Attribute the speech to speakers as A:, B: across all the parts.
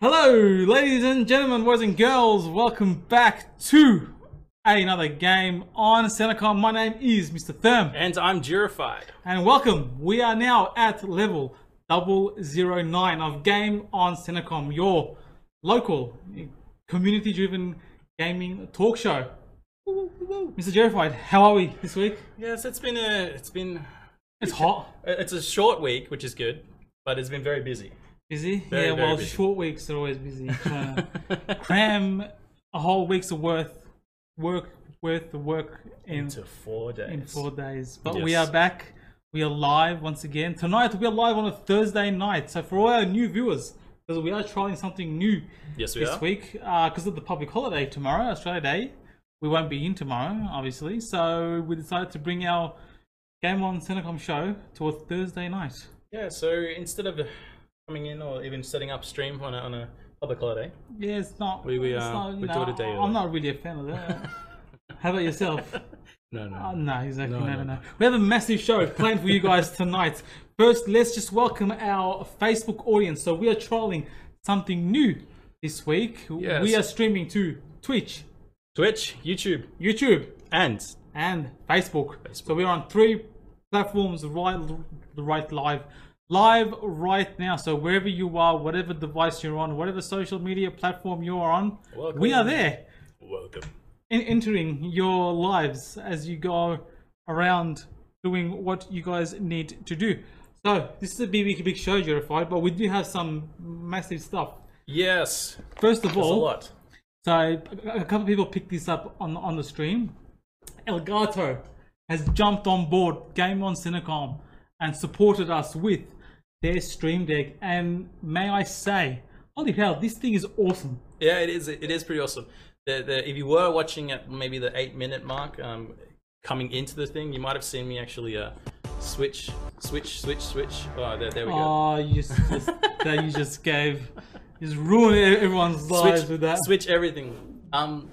A: Hello, ladies and gentlemen, boys and girls. Welcome back to another game on Senecom. My name is Mr. Therm,
B: And I'm Jurified.
A: and welcome. We are now at level 009 of Game on Senecom, your local community driven gaming talk show. Mr. Jerified, how are we this week?
B: Yes, it's been a it's been
A: It's hot,
B: it's a short week, which is good, but it's been very busy.
A: busy. yeah,
B: Very, very
A: well,
B: busy.
A: short weeks are always busy. Uh, Trying to cram a whole week's worth work worth the work in
B: to four days.
A: in four days. But we
B: Yes.
A: are back. We are live once again. Tonight we are live on a Thursday night. So for all our new viewers, because we are trying something new
B: yes, we
A: this
B: are.
A: week, because of the public holiday tomorrow, Australia Day, we won't be in tomorrow, obviously. So we decided to bring our Game On Senecom show to a Thursday night.
B: Yeah. So instead of coming in or even setting up stream on a, on a public holiday,
A: Yeah, it's not.
B: We- we,
A: it's
B: uh,
A: not, you
B: we do
A: know,
B: it a day
A: I'm
B: early.
A: not really a fan of that. How about yourself?
B: no, no.
A: Oh, no, exactly. No, no,
B: no,
A: no,
B: no.
A: We have a massive show planned for you guys tonight. First, let's just welcome our Facebook audience. So we are trialing something new this week.
B: Yes.
A: We are streaming to Twitch,
B: Twitch, YouTube,
A: YouTube,
B: and
A: and Facebook. So we're on three platforms right, right live, live right now. So wherever you are, whatever device you're on, whatever social media platform you are on, we
B: Welcome.
A: are there
B: welcome.
A: in entering your lives as you go around doing what you guys need to do. So this is a big, big show, Jerified, but we do have some massive stuff.
B: Yes,
A: First of
B: it's a
A: all,
B: lot.
A: so a a couple of people picked this up on on the stream. Elgato has jumped on board Game on Cinecom and supported us with their stream deck. And may I say, holy hell, this thing is awesome.
B: Yeah, it is. It is pretty awesome. The, the, if you were watching at maybe the eight minute mark, um, coming into the thing, you might have seen me actually uh, switch, switch, switch, switch. Oh, there, there we go.
A: Oh, you s- just, that you just gave, you just ruined e- everyone's lives
B: switch,
A: with that.
B: switch everything. Um,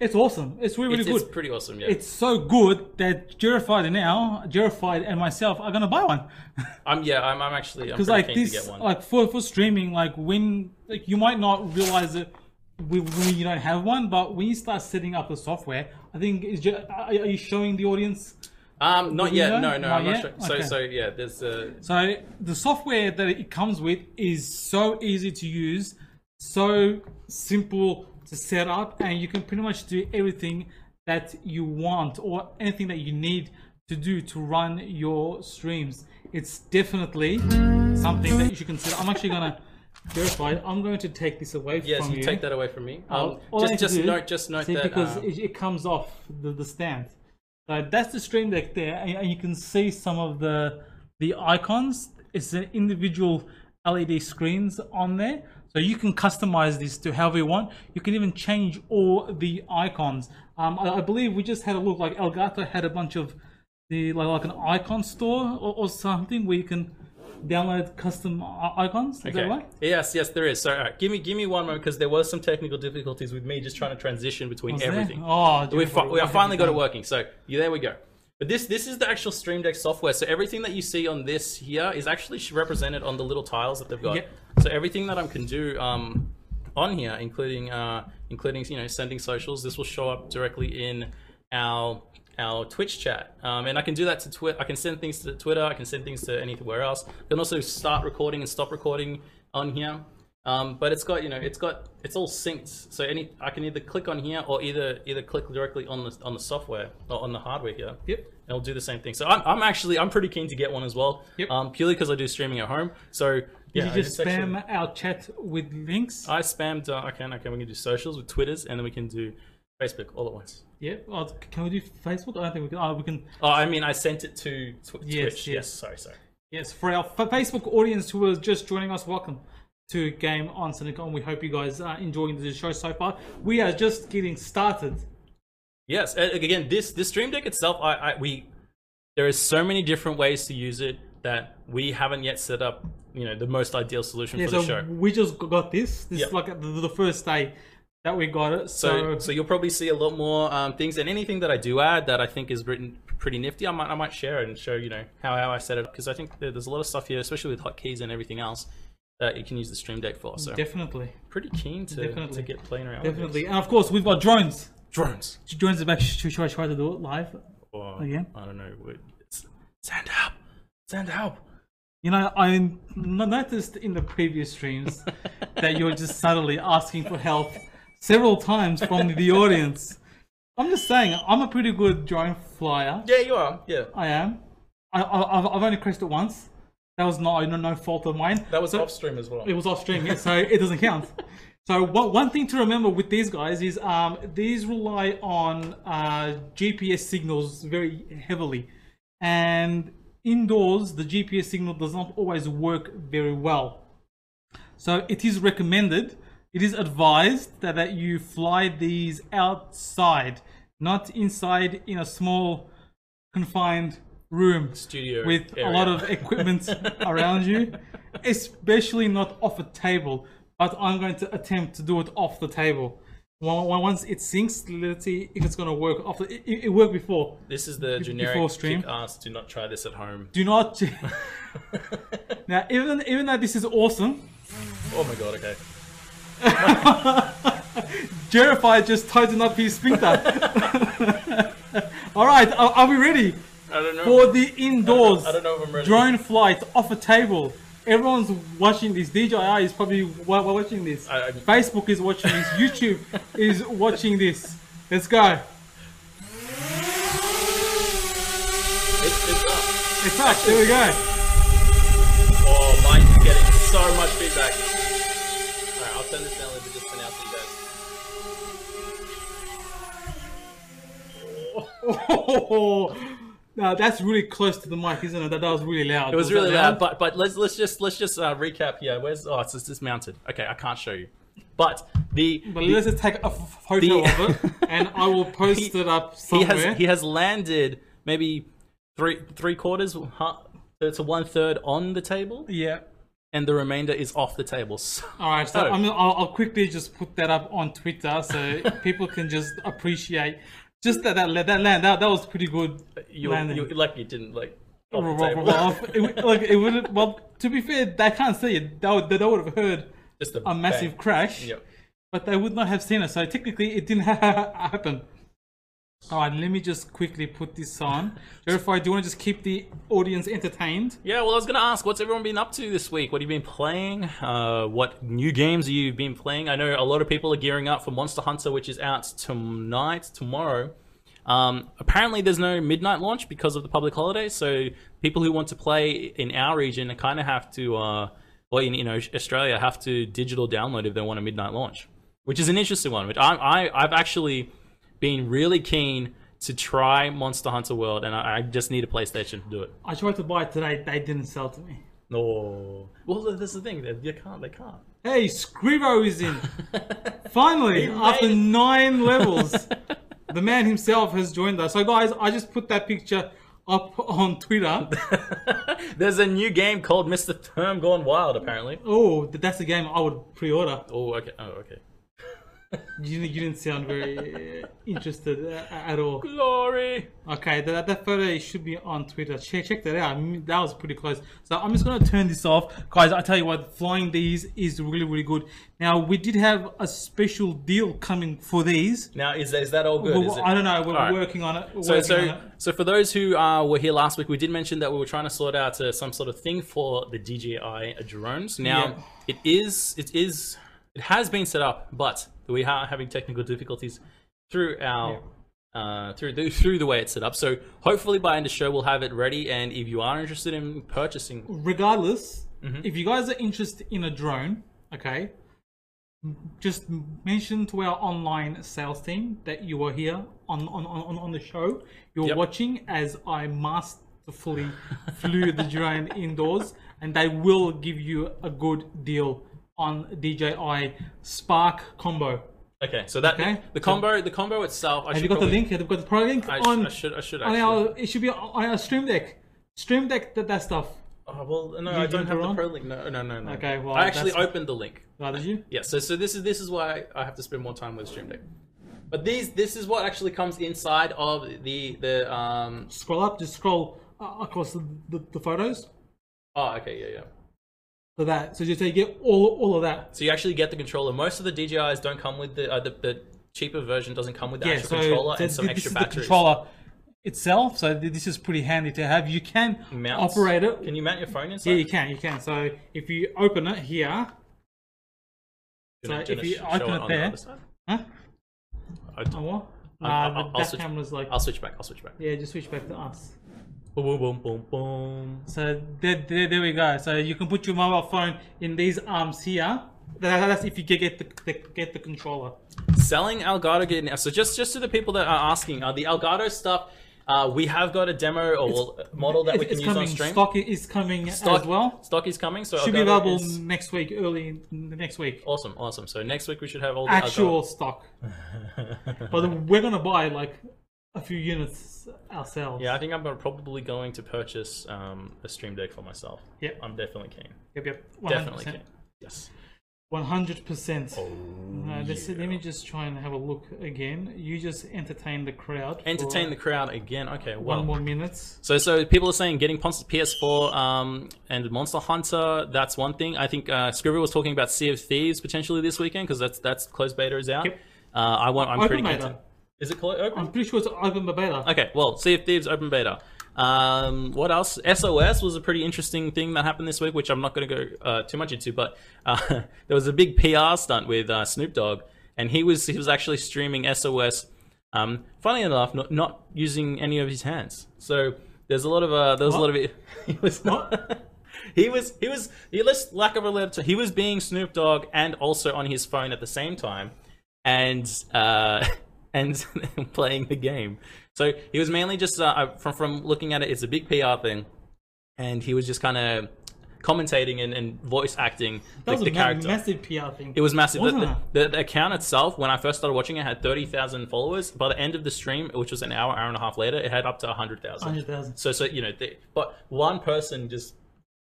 A: It's awesome. It's really, really
B: it's,
A: good.
B: it's pretty awesome. Yeah,
A: It's so good that Jerified now, Jerified and myself are gonna buy one.
B: I'm yeah, I'm, I'm actually I'm
A: Because
B: pretty
A: like
B: keen
A: this,
B: to get one.
A: like for for streaming, like when like you might not realize it when, when you don't have one, but when you start setting up the software, I think is ju- are, are you showing the audience?
B: um, not
A: you
B: yet.
A: know?
B: No, no,
A: Not
B: I'm not sure.
A: yet?
B: So,
A: Okay.
B: so yeah, there's uh,
A: So the software that it comes with is so easy to use, so simple to set up, and you can pretty much do everything that you want or anything that you need to do to run your streams. It's definitely something that you can set. I'm actually gonna verify. it. I'm going to take this away
B: yes,
A: from
B: you
A: you.
B: take that away from me. Um,
A: All- all I
B: just
A: need to
B: just
A: do-
B: note, just note
A: see,
B: that
A: because
B: um,
A: it, it comes off the, the stand. So that's the stream deck there, and, and you can see some of the the icons. It's the individual LED screens on there, so you can customize this to however you want. You can even change all the icons. Um, I, I believe we just had a look. Like Elgato had a bunch of the like, like an icon store or, or something where you can download custom i- icons. Is that right?
B: Yes, yes, there is. So, all right, give me, give me one moment because there was some technical difficulties with me just trying to transition between
A: Was there?
B: everything.
A: Oh,
B: we
A: dude,
B: fi-
A: what
B: we
A: have
B: have
A: you
B: finally got it
A: done?
B: working. So, yeah, there we go. But this, this is the actual Stream Deck software. So everything that you see on this here is actually sh- represented on the little tiles that they've got.
A: Yep.
B: So everything that I am can do um, on here, including, uh, including you know, sending socials, this will show up directly in our our Twitch chat. Um, and I can do that to Twitter. I can send things to Twitter. I can send things to anywhere else. I can also start recording and stop recording on here. Um, but it's got you know it's got it's all synced. So any I can either click on here or either either click directly on the on the software or on the hardware here.
A: Yep.
B: And it'll do the same thing. So I'm, I'm actually I'm pretty keen to get one as well.
A: Yep.
B: Um, purely because I do streaming at home. So
A: Did
B: yeah, I
A: you just
B: just actually-
A: spam our chat with links?
B: I spammed. Uh, okay, okay, we can do socials with Twitters, and then we can do Facebook all at once.
A: Yeah. Oh, c- can we do Facebook? I don't think we can. Oh, we can.
B: Oh, I mean, I sent it to tw-
A: Yes,
B: Twitch. Yes.
A: yes.
B: sorry, sorry.
A: Yes, for our fa- Facebook audience who is just joining us, welcome to Game on Cinecon. We hope you guys are enjoying the show so far. We are just getting started.
B: Yes, a- again, this this Stream Deck itself, I, I we there is so many different ways to use it that we haven't yet set up. You know, the most ideal solution
A: Yeah,
B: for the
A: so
B: show.
A: we just g- got this. This is
B: Yep.
A: like the, the first day that we got it. So,
B: So, so you'll probably see a lot more um, things, and anything that I do add that I think is written pretty nifty, I might I might share it and show you know how, how I set it up because I think there- there's a lot of stuff here, especially with hotkeys and everything else, that you can use the Stream Deck for. So
A: Definitely,
B: pretty keen to, to
A: Definitely.
B: get playing around.
A: definitely,
B: with
A: and of course we've got drones.
B: this. drones.
A: Drones are back. Should, should I try to do it live?
B: Or,
A: Yeah.
B: I don't know. what- it's- Send help! Send help!
A: You know, I n- noticed in the previous streams that you were just suddenly asking for help several times from the audience. I'm just saying, I'm a pretty good drone flyer.
B: Yeah, you are. Yeah.
A: I am. I, I, I've- I've only crashed it once. That was not no, no fault of mine.
B: That was
A: So-
B: off stream as well.
A: It was off stream, yeah, so it doesn't count. So one one thing to remember with these guys is um, these rely on uh, GPS signals very heavily, and indoors the GPS signal does not always work very well. So it is recommended, it is advised that, that you fly these outside, not inside in a small confined room
B: Studio
A: with a
B: area.
A: lot of equipment around you, especially not off a table. But I'm going to attempt to do it off the table. Wa- wa- Once it sinks, let's see if it's going to work. Off the, it, it worked before.
B: This is the generic
A: before stream.
B: kick ass. Do not try this at home.
A: Do not. now, even even though this is awesome,
B: Oh my god. Okay.
A: Jeremiah just tightened up his sphincter. All right, are, are we ready
B: I don't know.
A: for the indoors
B: I don't know if I'm ready.
A: drone flight off a table? Everyone's watching this. DJI is probably wa- wa- watching this.
B: I- I'm-
A: Facebook is watching this. YouTube is watching this. Let's go.
B: It's, it's up.
A: It's up. There we go.
B: Oh, mine's getting so much feedback. Alright, I'll turn this down a little bit just for now so you guys.
A: now Oh, that's really close to the mic, isn't it? That, that was really loud.
B: It was really loud, but but let's let's just let's just uh, recap here. Where's oh it's just dismounted. Okay, I can't show you. But the
A: But
B: the-
A: let's just take a f- photo of it, and I will post
B: He-
A: it up
B: he
A: somewhere.
B: has he has landed maybe three three quarters huh, to one third on the table,
A: yeah.
B: and the remainder is off the table. So,
A: All right, so
B: Oh.
A: I'm, I'll, I'll quickly just put that up on Twitter so people can just appreciate just that that that land that, that was pretty good.
B: you
A: landing.
B: you lucky it didn't like off
A: Ruff,
B: the table.
A: ruff, ruff. It would- like it would well to be fair they can't see it that would, they would have heard
B: just a,
A: a massive
B: bang.
A: crash
B: Yep.
A: but they would not have seen it so technically it didn't happen. All right, let me just quickly put this on. Jerify, do you want to just keep the audience entertained?
B: Yeah, well, I was going to ask, what's everyone been up to this week? What have you been playing? Uh, what new games have you been playing? I know a lot of people are gearing up for Monster Hunter, which is out tonight, tomorrow. Um, apparently, there's no midnight launch because of the public holiday, so people who want to play in our region kind of have to, uh, or in you know Australia, have to digital download if they want a midnight launch, which is an interesting one. Which I, I I've actually been really keen to try Monster Hunter World, and I, I just need a PlayStation to do it.
A: I tried to buy it today, they didn't sell to me.
B: No. Well, th- that's the thing. They, they can't. They can't.
A: Hey, Scrivo is in. Finally, after
B: it.
A: nine levels, the man himself has joined us. So, guys, I just put that picture up on Twitter.
B: There's a new game called Mr. Term Gone Wild, apparently.
A: oh, th- that's a game I would pre-order.
B: Oh, okay. Oh, okay.
A: You, you didn't sound very uh, interested uh, at all.
B: Glory.
A: Okay, that, that photo should be on Twitter. Check, check that out. I mean, that was pretty close. So I'm just going to turn this off. Guys, I tell you what, flying these is really, really good. Now, we did have a special deal coming for these.
B: Now, is that, is that all good?
A: Well,
B: Is it-
A: I don't know. We're
B: All right.
A: working on it. We're
B: So,
A: working on
B: so,
A: it.
B: so for those who uh, were here last week, we did mention that we were trying to sort out uh, some sort of thing for the DJI drones. Now, it is, it is, it has been set up, but we are having technical difficulties through our. Uh, through the, through the way it's set up, so hopefully by end of show we'll have it ready. And if you are interested in purchasing,
A: regardless,
B: Mm-hmm.
A: if you guys are interested in a drone, okay, just mention to our online sales team that you were here on on, on, on- on the show. You're
B: Yep.
A: watching as I masterfully flew the drone indoors, and they will give you a good deal on DJI Spark combo.
B: okay, so that
A: Okay.
B: the combo the combo itself. I
A: Have
B: should
A: you got
B: probably-
A: the link? Have you got the pro link
B: I, sh-
A: on
B: I should I should
A: on
B: actually.
A: our? It should be on our Stream Deck. Stream Deck that that stuff.
B: Oh, well, no, I
A: didn't
B: don't have
A: draw?
B: the pro link. No, no, no, no.
A: Okay, well,
B: I actually
A: that's-
B: opened the link.
A: Right, did you?
B: Yeah, so so this is this is why I have to spend more time with Stream Deck. But these this is what actually comes inside of the the um
A: scroll up, just scroll uh, across the, the, the photos.
B: oh okay yeah yeah
A: for that. So just so you get all all of that.
B: So you actually get the controller. Most of the DJIs don't come with the uh, the, the cheaper version doesn't come with the
A: Yeah,
B: actual
A: so,
B: controller
A: so
B: and some
A: thi-
B: extra
A: this is the
B: batteries.
A: controller itself. So th- this is pretty handy to have. You can
B: Mounts.
A: operate it.
B: Can you mount your phone inside?
A: yeah, you can. You can. So if you open it here,
B: Do you
A: so
B: wanna- do wanna
A: if you
B: sh-
A: open
B: show
A: it
B: on
A: there-
B: the other side?
A: huh?
B: I-
A: Oh, what?
B: I'll-
A: Nah,
B: I'll-
A: the-
B: I'll
A: that
B: switch-
A: camera's like
B: I'll switch back. I'll switch back.
A: yeah. Just switch back to us.
B: Boom, boom, boom, boom, boom.
A: So there, there, there we go. So you can put your mobile phone in these arms here. That, that's if you get get the, the get the controller.
B: selling Elgato gear now. So just just to the people that are asking, uh, the Elgato stuff, uh, we have got a demo or well, a model that we
A: It's-
B: can
A: it's
B: use
A: coming.
B: on stream.
A: Stock i- is coming
B: Stock-
A: as well.
B: Stock is coming. So
A: Should be
B: Elgato
A: available
B: is- Oh,
A: next week, early in the next week.
B: Awesome, awesome. So next week we should have all the
A: Actual stock, but we're gonna buy like a few units ourselves.
B: Yeah, I think I'm gonna- probably going to purchase um, a Stream Deck for myself.
A: Yep.
B: I'm definitely keen.
A: Yep. Yep.
B: Definitely keen. Yes.
A: One hundred percent.
B: Oh,
A: Uh, let's- Let me just try and have a look again. You just entertain the crowd.
B: Entertain the crowd again. Okay.
A: one
B: Well.
A: more minutes.
B: So, so people are saying getting Pons- PS4 um, and Monster Hunter. That's one thing. I think uh, Scribble was talking about Sea of Thieves potentially this weekend because that's that's closed beta is out.
A: Yep.
B: Uh, I want. I'm
A: Open
B: pretty.
A: beta.
B: keen to- Is it clo- open?
A: I'm pretty sure it's open beta.
B: okay. Well, Sea of Thieves open beta. Um, what else? SOS was a pretty interesting thing that happened this week, which I'm not going to go uh, too much into. But uh, there was a big PR stunt with uh, Snoop Dogg, and he was he was actually streaming SOS. Um, funny enough, not, not using any of his hands. So there's a lot of uh, there was a lot of it. He was not. He was he was he was lack of a lab. He was being Snoop Dogg and also on his phone at the same time, and uh, and playing the game. So he was mainly just uh, uh, from from looking at it. It's a big PR thing, and he was just kind of commentating and, and voice acting
A: That
B: the,
A: was
B: the
A: a ma-
B: character.
A: massive PR thing.
B: It was massive. The,
A: Wasn't
B: the, the, the account itself, when I first started watching it, had 30,000 followers. By the end of the stream, which was an hour, hour and a half later, it had up to 100,000.
A: 100,000.
B: So, so you know, they, but one person just,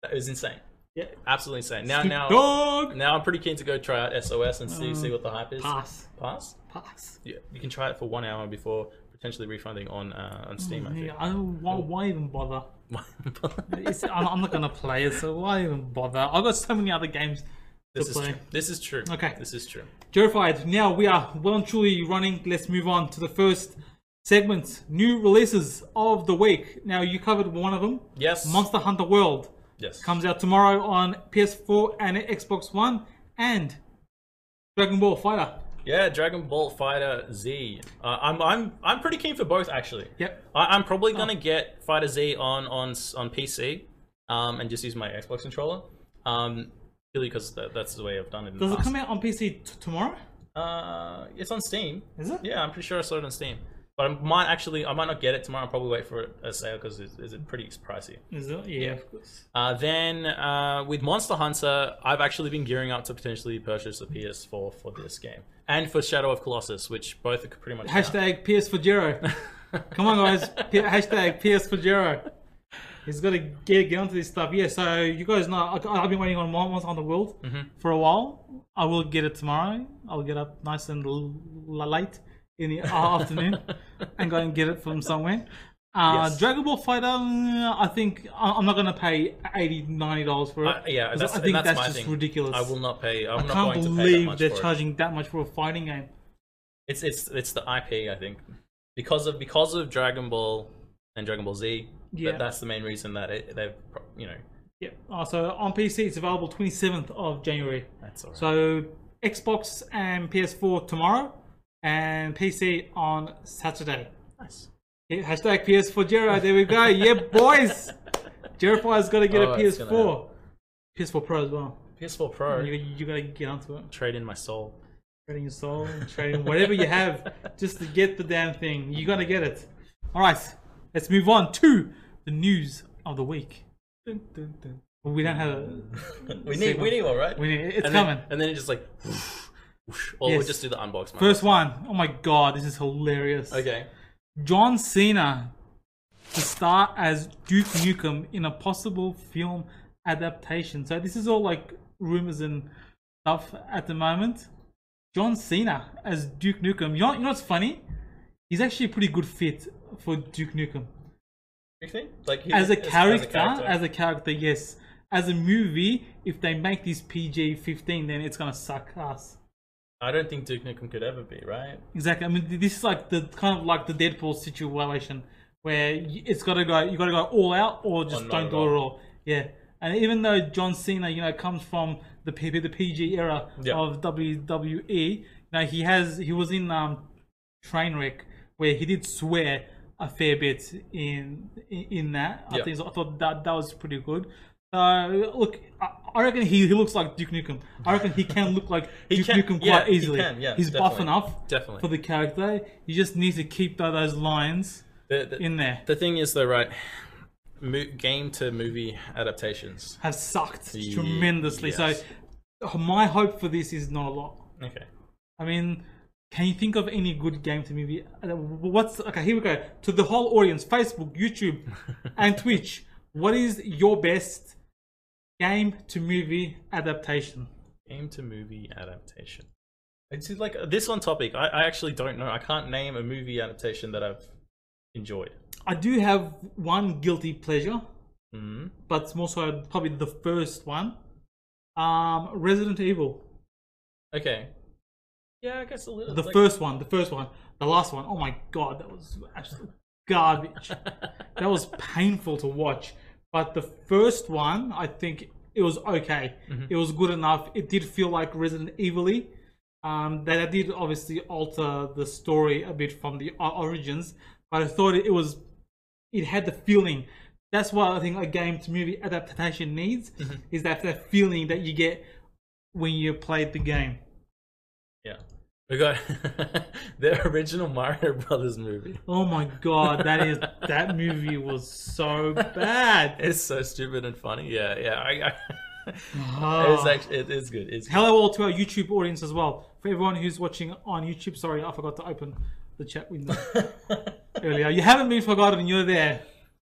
B: that was insane.
A: Yeah.
B: Absolutely insane. Now, now,
A: Dog!
B: now I'm pretty keen to go try out SOS and see,
A: Mm.
B: see what the hype is.
A: Pass.
B: Pass?
A: Pass.
B: Yeah. You can try it for one hour before potentially refunding on, uh, on Steam, I think.
A: Yeah, I don't, why, why even bother? It's, I'm, I'm not going to play it, so why even bother? I've got so many other games
B: this
A: to
B: is
A: play.
B: true. This is true.
A: Okay.
B: This is true.
A: Terrified. Now we are well and truly running. Let's move on to the first segment new releases of the week. Now, you covered one of them
B: Yes.
A: Monster Hunter World.
B: yes.
A: Comes out tomorrow on PS4 and Xbox One and Dragon Ball Fighter.
B: Yeah, Dragon Ball Fighter Z. Uh, I'm I'm I'm pretty keen for both actually.
A: Yep. Oh.
B: I, I'm probably gonna get Fighter Z on on s- on PC, um, and just use my Xbox controller, um, purely because that, that's the way I've done it. In
A: Does
B: the
A: it
B: past.
A: come out on PC t- tomorrow?
B: Uh, it's on Steam.
A: Is it?
B: Yeah, I'm pretty sure I saw it on Steam. But I might actually I might not get it tomorrow. I'll probably wait for a sale because it's, it's pretty pricey.
A: Is it? Yeah, of course.
B: Uh, then uh, with Monster Hunter, I've actually been gearing up to potentially purchase a PS4 for this game and for Shadow of Colossus, which both are pretty much out.
A: Hashtag PS for Jero. Come on, guys. P- hashtag PS for Jero. He's got to get, get onto this stuff. Yeah, so you guys know I, I've been waiting on Mon- Monster Hunter World
B: Mm-hmm.
A: for a while. I will get it tomorrow. I'll get up nice and l- l- late in the afternoon and go and get it from somewhere. Uh,
B: Yes.
A: Dragon Ball Fighter, mm, I think I- I'm not going to pay 80 $90 for it.
B: Uh, yeah,
A: 'Cause
B: that's,
A: I think
B: that's,
A: that's,
B: my
A: just
B: thing.
A: ridiculous.
B: I will not pay. I'm
A: I
B: not
A: can't
B: going to pay that
A: believe
B: much
A: they're
B: for it.
A: charging that much for a fighting game.
B: It's it's it's the IP. I think because of because of Dragon Ball and Dragon Ball Z.
A: Yeah.
B: That, that's the main reason that it, they've pro- you know
A: Yeah. Uh, so on PC, it's available 27th of January.
B: that's all right.
A: So Xbox and PS4 tomorrow, and PC on Saturday.
B: nice.
A: Yeah, Hashtag PS4 Jero. There we go. yeah, boys. Jerofire's got to get
B: Oh,
A: a
B: it's gonna
A: PS4. PS4 Pro as well.
B: PS4 Pro.
A: You, you got to get onto it.
B: Trade in my soul.
A: Trading your soul, trading whatever you have, just to get the damn thing. You got to get it. All right, let's move on to the news of the week. Dun, dun, dun. We don't have a.
B: We need we need one, right?
A: We need, it's
B: and
A: coming.
B: Then, and then it just like, whoosh, whoosh, or we'll
A: Yes.
B: just do the unbox. man.
A: First one. Oh my god, this is hilarious.
B: Okay.
A: John Cena to star as Duke Nukem in a possible film adaptation. So this is all like rumors and stuff at the moment. John Cena as Duke Nukem. You know, you know what's funny? He's actually a pretty good fit for Duke Nukem
B: You think? Like he-
A: as a
B: as
A: character. As a character,
B: character.
A: yes. as a movie, if they make this PG fifteen, then it's gonna suck ass.
B: I don't think Duke Nukem could ever be, right?
A: Exactly. I mean, th- this is like the kind of like the Deadpool situation where y- it's got to go. You got to go all out, or just
B: not
A: don't
B: at
A: do it at all. Yeah. And even though John Cena, you know, comes from the PP, the PG era
B: Yeah.
A: of WWE, you know, he has he was in um, Trainwreck where he did swear a fair bit in in, in that. I
B: Yeah.
A: think so. I thought that that was pretty good. So look, I, I reckon he, he looks like Duke Nukem. I reckon he can look like
B: He
A: Duke
B: can-
A: Nukem
B: yeah,
A: quite
B: he
A: easily.
B: can, yeah,
A: He's buff
B: definitely.
A: enough
B: Definitely.
A: for the character. You just need to keep tho- those lines
B: The, the,
A: in there.
B: the thing is, though, right? Mo- game to movie adaptations.
A: Have sucked
B: Ye-
A: tremendously.
B: yes.
A: So my hope for this is not a lot.
B: Okay.
A: I mean, can you think of any good game to movie? uh, What's okay? Here we go to the whole audience: Facebook, YouTube, and Twitch. What is your best game to movie adaptation?
B: Game to movie adaptation. It's like this one topic. I, I actually don't know. I can't name a movie adaptation that I've enjoyed.
A: I do have one guilty pleasure,
B: Mhm.
A: but it's more so probably the first one. Um, Resident Evil.
B: Okay. Yeah, I guess a little.
A: The
B: like-
A: first one, the first one, the last one. Oh my god, that was absolute garbage. that was painful to watch. But the first one, I think it was okay. It was good enough. It did feel like Resident Evil. Um, that I did obviously alter the story a bit from the o- origins, but I thought it was it had the feeling. That's what I think a game to movie adaptation needs is that that feeling that you get when you played the game.
B: Yeah. We got the original Mario Brothers movie.
A: Oh my god, that is that movie was so bad.
B: It's so stupid and funny. Yeah, yeah. I, I,
A: Oh.
B: it's actually it is good. It's good.
A: Hello all to our YouTube audience as well. For everyone who's watching on YouTube, sorry, I forgot to open the chat window earlier. You haven't been forgotten. You're there.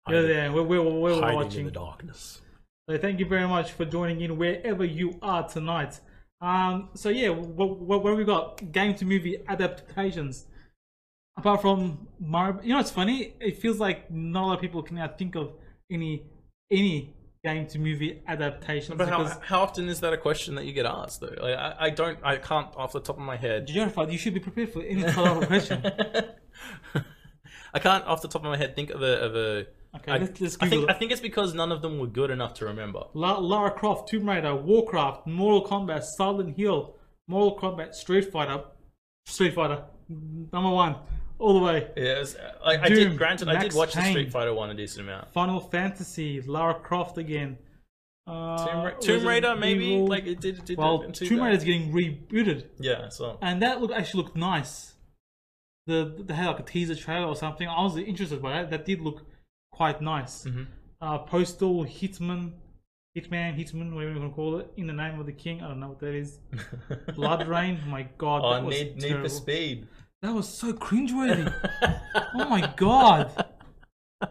A: You're there. We're, we're, we're, we're watching.
B: darkness.
A: So thank you very much for joining in wherever you are tonight. Um, so yeah, what, what, what have we got? Game to movie adaptations. Apart from Mario, you know it's funny. It feels like not a lot of people can now think of any any game to movie adaptations.
B: But how,
A: because
B: how often is that a question that you get asked though? Like, I, I don't I can't off the top of my head.
A: you're fine, you should be prepared for any follow up question.
B: I can't off the top of my head think of a of a.
A: Okay,
B: I-
A: let's, let's
B: I
A: Google
B: think
A: it.
B: I think it's because none of them were good enough to remember.
A: La- Lara Croft, Tomb Raider, Warcraft, Mortal Kombat, Silent Hill, Mortal Kombat, Street Fighter, Street Fighter, number one, all the way.
B: Yeah, it was, I, I did.
A: Doom,
B: Granted, I did
A: Max
B: watch the
A: Payne.
B: Street Fighter one a decent amount.
A: Final Fantasy, Lara Croft again. Uh,
B: Tomb, Ra- Tomb
A: Resident
B: Raider maybe
A: Evil.
B: like it did. it did
A: well,
B: not too
A: Tomb
B: bad.
A: Raider's getting rebooted,
B: Yeah, so
A: and that look actually looked nice. The they had like a teaser trailer or something. I was interested by that. That did look quite nice.
B: Mm-hmm.
A: Uh, Postal, Hitman, Hitman, Hitman, whatever you want to call it, in the name of the king. I don't know what that is. Blood Rain. My God,
B: on
A: that was
B: uh, Need, Need
A: terrible.
B: for Speed.
A: That was so cringeworthy. oh my God. I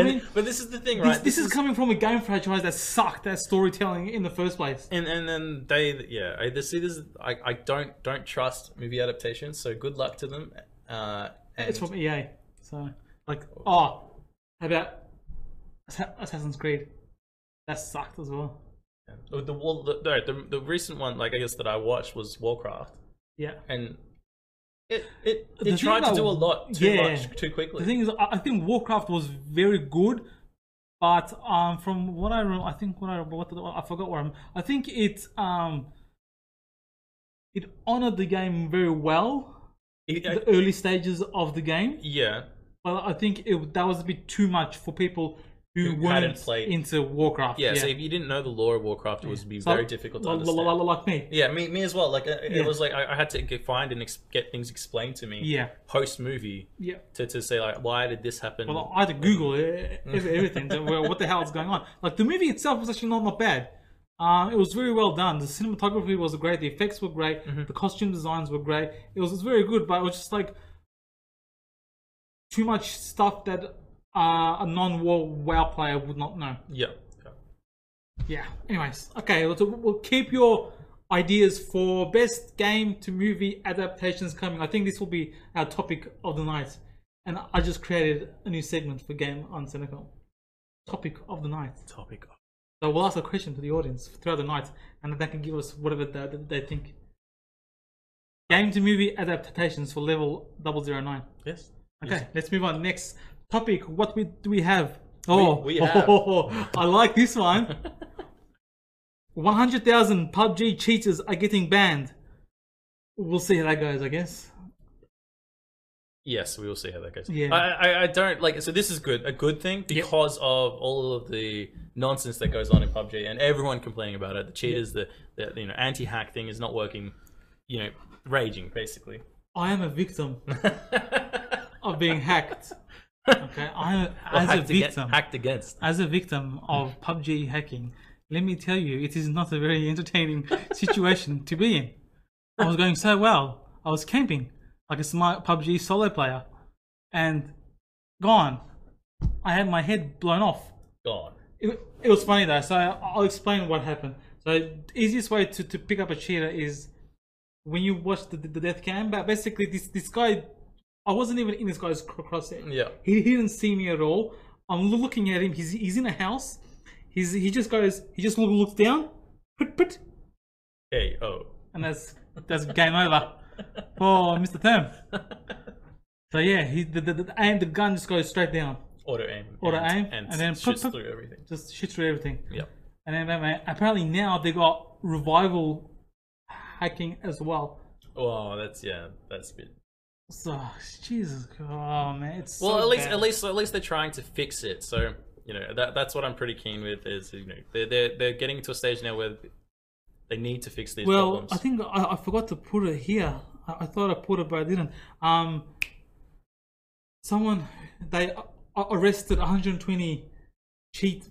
B: And-
A: mean,
B: but this is the thing,
A: This,
B: right?
A: this is coming from a game franchise that sucked at storytelling in the first place.
B: and and then they yeah I this, see, this is I, I don't don't trust movie adaptations so good luck to them uh and
A: It's from EA. So, like, oh, how about Assa- Assassin's Creed? That sucked as well.
B: the, the, wall- the, no, the the recent one like I guess that I watched was Warcraft
A: Yeah.
B: and it it,
A: The thing
B: it tried to
A: about-
B: do a lot too
A: yeah.
B: much too quickly
A: The thing is, I I think Warcraft was very good, but um, from what I remember, I think what I what the, I forgot where I'm. I think it um, it honored the game very well,
B: It-
A: the early stages of the game.
B: yeah
A: Well, I think it, that was a bit too much for people who,
B: Who hadn't
A: weren't
B: played.
A: into Warcraft.
B: yeah so if you didn't know the lore of Warcraft it would be
A: So,
B: very difficult to
A: li- li-
B: understand
A: li- Like me.
B: yeah me me as well like uh, it,
A: Yeah.
B: it was like I, I had to get, find and ex- get things explained to me
A: Yeah.
B: post movie
A: Yeah.
B: to, to say like why did this happen
A: Well, I had to Google e- ev- everything. so, well, what the hell is going on? Like the movie itself was actually not not bad. Um, it was very well done. The cinematography was great. The effects were great.
B: Mm-hmm.
A: The costume designs were great. It was, it was very good, but it was just like too much stuff that uh, a non-war WoW player would not know.
B: yeah yeah.
A: Yeah. Anyways, okay. We'll, we'll keep your ideas for best game to movie adaptations coming. I think this will be our topic of the night, and I just created a new segment for Game on Senegal. Topic of the night.
B: topic
A: So we'll ask a question to the audience throughout the night, and they can give us whatever they, they think. Game to movie adaptations for level 009.
B: Yes.
A: Okay, let's move on. Next topic. What we, do we have? Oh,
B: we have.
A: I like this one. 100,000 PUBG cheaters are getting banned. We'll see how that goes, I guess.
B: Yes, we will see how that goes.
A: Yeah.
B: I, I, I don't like so this is good a good thing because of all of the nonsense that goes on in PUBG and everyone complaining about it. The cheaters, the, the you know anti hack thing is not working. You know, raging basically.
A: I am a victim of being hacked. Okay, I am as a
B: hacked, aga-
A: victim.
B: hacked against.
A: as a victim of PUBG hacking, let me tell you, it is not a very entertaining situation to be in. I was going so well. I was camping like a smart PUBG solo player, and gone. I had my head blown off.
B: Gone.
A: It, it was funny though, so I'll explain what happened. So easiest way to, to pick up a cheater is when you watch the, the death cam. But basically, this this guy, I wasn't even in this guy's cr- crosshair.
B: Yeah.
A: He, he didn't see me at all. I'm loo- looking at him. He's he's in a house. He's he just goes. He just look, looks down. Put put.
B: Hey, oh.
A: And that's that's game over for Mr. Term. So yeah, he the, the, the aim the gun just goes straight down.
B: Auto aim.
A: Auto
B: and,
A: aim,
B: And,
A: and then
B: shoots
A: pop, pop.
B: through everything.
A: Just shoots through everything.
B: Yeah.
A: And then man, apparently now they got revival hacking as well.
B: Oh, that's yeah, that's a bit
A: So Jesus, oh man, it's
B: Well,
A: so
B: at least
A: bad.
B: at least at least they're trying to fix it. So you know that that's what I'm pretty keen with is you know they're they're, they're getting to a stage now where they need to fix these
A: Well,
B: problems.
A: I think I, I forgot to put it here. I, I thought I put it, but I didn't. Um, someone they a- a- arrested 120 cheat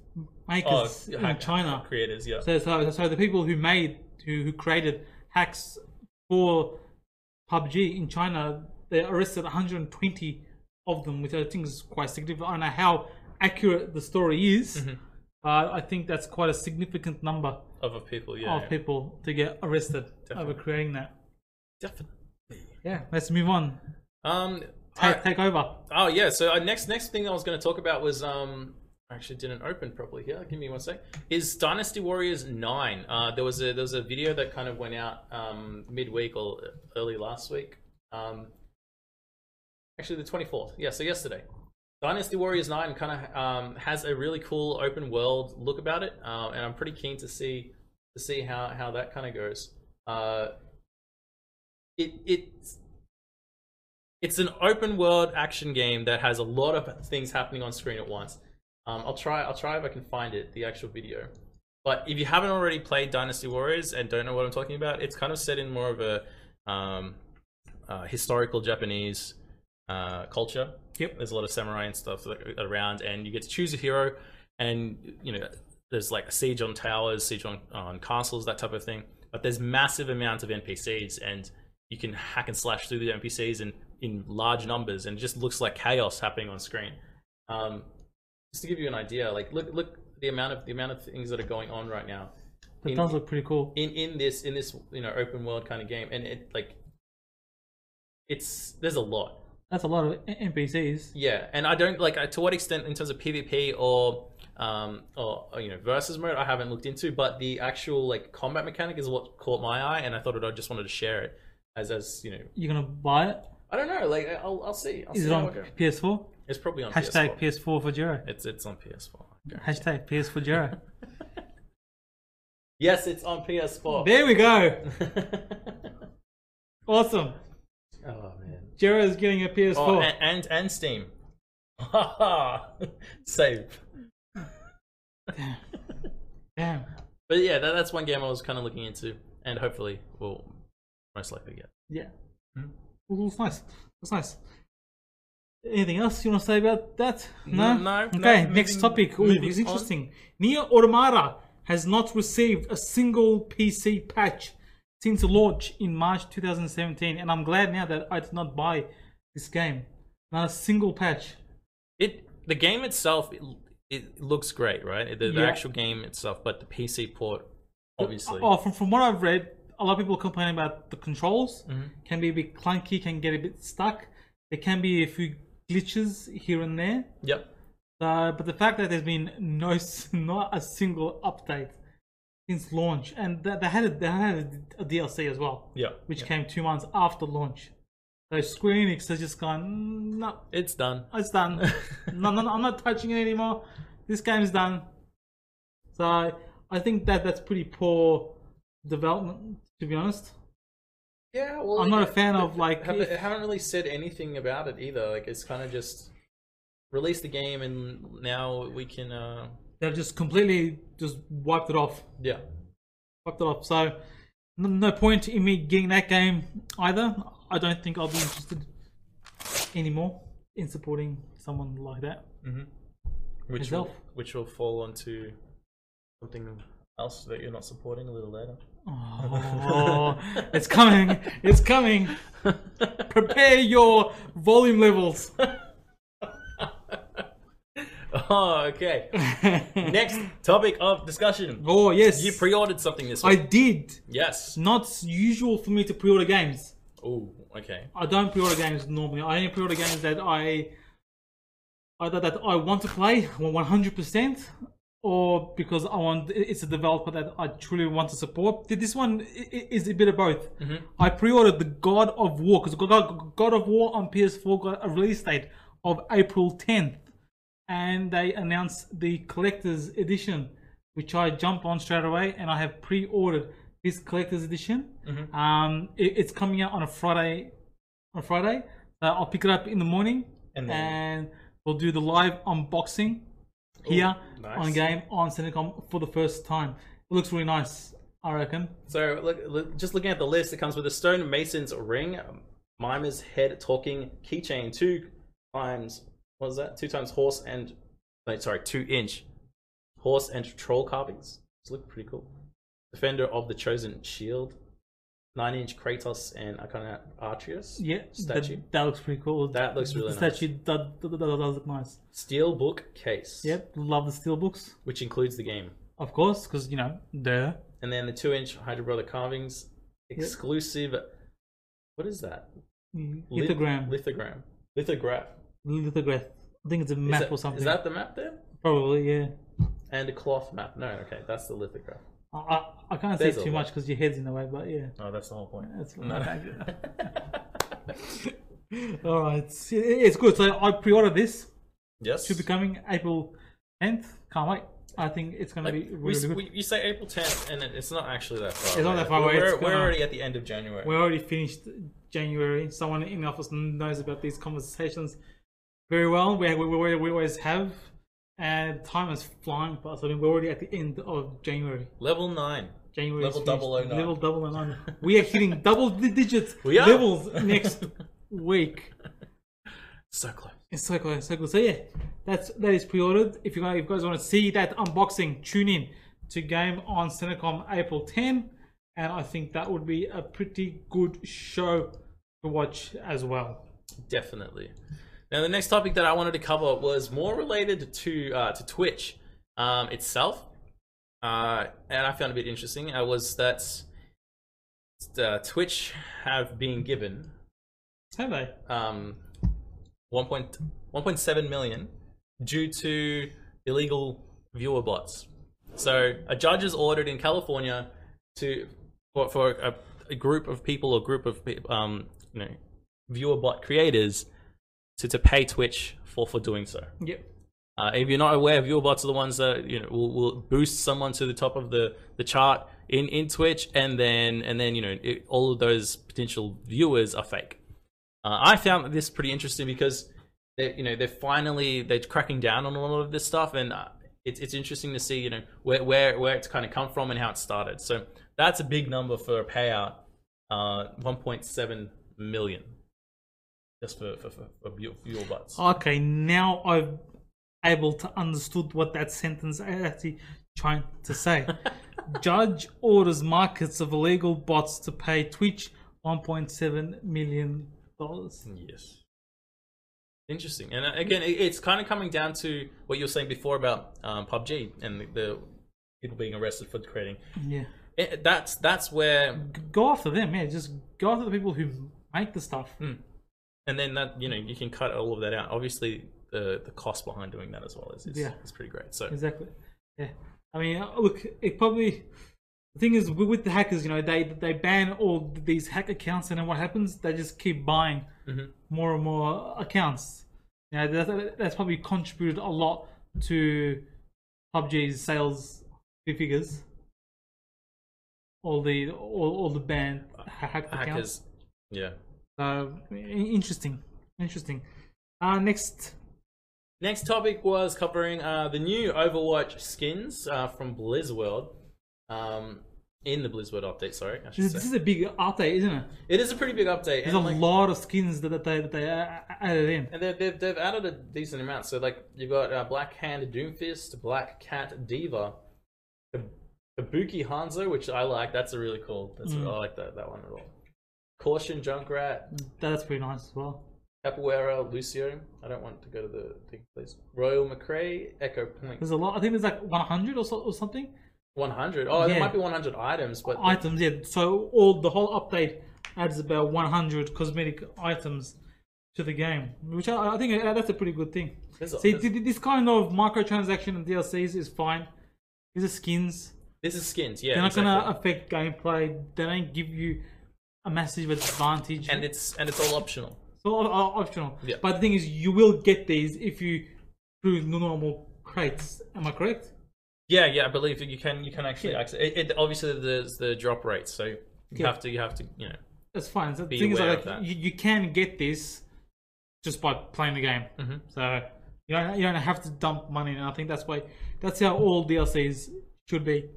A: makers in
B: Oh, hack-
A: China.
B: creators, yeah,
A: So, so, so the people who made, who, who created hacks for PUBG in China, they arrested 120 of them, which I think is quite significant. I don't know how accurate the story is,
B: Mm-hmm.
A: but I think that's quite a significant number
B: other people, yeah,
A: of
B: yeah.
A: Oh, people to get arrested over
B: Definitely.
A: creating that.
B: definitely.
A: Yeah, let's move on.
B: Um,
A: Take,
B: I-
A: take over.
B: oh yeah. So our next next thing I was going to talk about was um. I actually didn't open properly here. Give me one sec. Is Dynasty Warriors Nine? Uh, there was a there was a video that kind of went out um midweek or early last week. Um, actually the 24th yeah so yesterday dynasty warriors 9 kind of um, has a really cool open world look about it um, and i'm pretty keen to see to see how how that kind of goes uh, it it's it's an open world action game that has a lot of things happening on screen at once um, i'll try i'll try if i can find it the actual video but if you haven't already played dynasty warriors and don't know what i'm talking about it's kind of set in more of a um, uh, historical japanese uh, culture.
A: Yep.
B: There's a lot of samurai and stuff that- around, and you get to choose a hero, and you know, there's like a siege on towers, siege on, on castles, that type of thing. But there's massive amounts of NPCs, and you can hack and slash through the NPCs in, in large numbers, and it just looks like chaos happening on screen. Um, just to give you an idea, like look look the amount of the amount of things that are going on right now
A: That
B: in-
A: does look pretty cool.
B: in in this in this you know open world kind of game, and it like it's there's a lot.
A: That's a lot of N- NPCs.
B: Yeah, and I don't like uh, to what extent in terms of PvP or um or or, you know versus mode I haven't looked into, but the actual like combat mechanic is what caught my eye, and I thought I just wanted to share it as as you know
A: You're gonna buy it?
B: I don't know like I'll I'll see. I'll
A: Is
B: see
A: it
B: how
A: on
B: it goes.
A: PS4?
B: It's probably on
A: Hashtag
B: PS4.
A: PS4 for Jero.
B: It's it's on PS4. Okay.
A: Hashtag PS for Jero.
B: Yes, it's on PS4.
A: there we go.
B: oh
A: Awesome.
B: man.
A: Jero's getting a PS4.
B: Oh, and, and and Steam. Save.
A: Damn.
B: But yeah, that, that's one game I was kind of looking into, and hopefully we'll most likely get.
A: Yeah.
B: Hmm?
A: Ooh, that's nice. That's nice. Anything else you want to say about that? No?
B: No, no,
A: Okay,
B: no,
A: next
B: moving-
A: topic. Ooh,
B: moving
A: it's
B: on.
A: interesting. Nier Automata has not received a single PC patch since launch in March 2017, and I'm glad now that I did not buy this game. Not a single patch.
B: It the game itself it, it looks great, right? The, the
A: Yeah.
B: actual game itself, but the PC port obviously.
A: Oh, from, from what I've read, a lot of people complain about the controls
B: Mm-hmm.
A: can be a bit clunky, can get a bit stuck. There can be a few glitches here and there.
B: Yep.
A: Uh, but the fact that there's been no, s- not a single update since launch, and th- they had a, they had a DLC as well,
B: Yeah.
A: which came two months after launch. So Square Enix has just gone, "Mm, no,
B: It's done.
A: it's done. no, no, no, I'm not touching it anymore. This game's done. So I think that that's pretty poor development, to be honest.
B: Yeah, well,
A: I'm not a
B: it-
A: fan
B: it-
A: of, like,
B: haven't,
A: if-
B: haven't really said anything about it either. Like it's kind of just release the game and now we can. Uh,
A: They've just completely just wiped it off.
B: yeah,
A: fucked it up. So no, no point in me getting that game either. I don't think I'll be interested anymore in supporting someone like that.
B: which will,
A: Myself.
B: which will fall onto something else that you're not supporting a little later.
A: Oh, it's coming! It's coming! Prepare your volume levels.
B: Oh, okay. Next topic of discussion.
A: oh yes,
B: You pre-ordered something this
A: I
B: week.
A: did.
B: Yes.
A: Not usual for me to pre-order games.
B: Oh, okay.
A: I don't pre-order games normally. I only pre-order games that I either that I want to play 100% or because I want it's a developer that I truly want to support. Th- This one i- i- is a bit of both. I pre-ordered the God of War because God God of War on PS4 got a release date of April 10th, and they announced the collector's edition, which I jumped on straight away, and I have pre-ordered this collector's edition. Um, it- it's coming out on a Friday on Friday. Uh, I'll pick it up in the morning,
B: And
A: and,
B: then-
A: we'll do the live unboxing here
B: nice.
A: on game on Cinecom for the first time. It looks really nice, I reckon.
B: So, look, look, just looking at the list, it comes with a stonemason's ring, um, mimer's head talking keychain, two times, what was that? Two times horse and, no, sorry, two inch horse and troll carvings. This look pretty cool. Defender of the Chosen Shield, nine inch Kratos and Arcana Archeus
A: Yeah, that-
B: statue.
A: That, looks pretty cool.
B: That looks really
A: the statue does, does, does look nice.
B: Steel book case,
A: Yep, love the steel books,
B: which includes the game.
A: of course, because you know duh.
B: And then the two inch Hydra Brother carvings, exclusive. What is that? Lith-
A: lithogram,
B: Lithogram. Lithograph.
A: lithograph. I think it's a
B: Is
A: map
B: that-
A: or something.
B: Is that the map there?
A: probably yeah?
B: And a cloth map. No, okay, that's the lithograph.
A: I, I, I can't
B: There's
A: say
B: a
A: too
B: lot.
A: much because your head's in the way, but yeah.
B: Oh, that's the whole point.
A: That's what All right, it's, it's good. So I pre-ordered this.
B: Yes.
A: Should be coming April 10th. Can't wait. I think it's gonna be
B: Like, we,
A: really good.
B: we, you say April 10th, and it- it's not actually that far.
A: It's not
B: away.
A: that far away,
B: We're,
A: it's
B: we're
A: gonna-
B: already at the end of January.
A: We already finished January. Someone in the office knows about these conversations very well. We we, we, we always have, and time is flying past. I mean, we're already at the end of January.
B: Level 9.
A: January
B: Level
A: is finished.
B: 009.
A: Level double oh nine. we are hitting double di- digits
B: We are.
A: levels next week.
B: So close.
A: It's so cool, so cool. So yeah, that's that is pre-ordered. If you guys, if you guys want to see that unboxing, tune in to Game on Cinecom April 10, and I think that would be a pretty good show to watch as well.
B: Definitely. Now, the next topic that I wanted to cover was more related to uh, to Twitch um, itself, uh, and I found a bit interesting. Uh, was that uh, Twitch have been given
A: Have they?
B: um, 1.1.7 1.7 million due to illegal viewer bots. So a judge is ordered in California to for, for a, a group of people or group of pe- um, you know viewer bot creators to, to pay Twitch for for doing so.
A: Yep.
B: Uh, if you're not aware, viewer bots are the ones that you know will, will boost someone to the top of the, the chart in, in Twitch, and then and then you know it, all of those potential viewers are fake. Uh, I found this pretty interesting because they you know they're finally they're cracking down on a lot of this stuff, and uh, it's it's interesting to see you know where where where it's kind of come from and how it started. So that's a big number for a payout, uh, 1.7 million, just for for, for, for view- viewer bots.
A: Okay, now I'm able to understood what that sentence is actually trying to say. Judge orders markets of illegal bots to pay Twitch 1.7 million dollars.
B: Yes. Interesting. And uh, again, it, it's kind of coming down to what you were saying before about um, PUBG and the, the people being arrested for creating.
A: Yeah.
B: It, that's that's where,
A: go after them. Yeah, just go after the people who make the stuff.
B: and then that you know you can cut all of that out. Obviously, the the cost behind doing that as well is is,
A: Yeah.
B: is pretty great. So
A: Exactly. Yeah. I mean, uh, look, it probably. The thing is, with with the hackers, you know, they they ban all these hack accounts, and then what happens? They just keep buying more and more accounts. You know, that, that's probably contributed a lot to PUBG's sales figures. All the all, all the banned ha- hacked accounts.
B: hackers, yeah.
A: Uh, i- interesting, interesting. Uh, next,
B: Next topic was covering uh, the new Overwatch skins uh, from Blizzworld. Um, in the Blizzworld update, sorry, I should
A: this, this
B: say.
A: is a big update, isn't it?
B: It is a pretty big update.
A: There's
B: and,
A: a
B: like,
A: lot of skins that, that they that they uh, added in.
B: And they've, they've, they've added a decent amount. So, like, you've got uh, Black Hand Doomfist, Black Cat Diva, Kab- Kabuki Hanzo, which I like. That's a really cool. That's I like that, that one a lot. Caution Junkrat,
A: That's pretty nice as well.
B: Capoeira Lucio. I don't want to go to the thing, please. Royal McRae, Echo Point.
A: There's a lot. I think there's like 100 or, so, or something
B: 100. Oh, there
A: Yeah.
B: might be 100 items, but
A: items. Yeah. So all the whole update adds about 100 cosmetic items to the game, which I, I think uh, that's a pretty good thing.
B: there's a-
A: See,
B: there's-
A: th- th- this kind of microtransaction and DLCs is fine. These are skins.
B: this is skins. Yeah,
A: They're not
B: exactly.
A: gonna affect gameplay. They don't give you a massive advantage.
B: and it's and it's all optional.
A: So all are optional.
B: Yeah.
A: But the thing is, you will get these if you do normal crates. Am I correct?
B: Yeah, yeah, I believe that you can you can actually
A: Yeah.
B: access. It, it obviously there's the drop rates, so you
A: Yeah.
B: have to you have to you know
A: That's fine. So the
B: Be
A: thing is,
B: aware
A: like,
B: of that.
A: you, you can get this just by playing the game.
B: Mhm.
A: So you don't, you don't have to dump money. And I think that's why that's how all DLCs should be.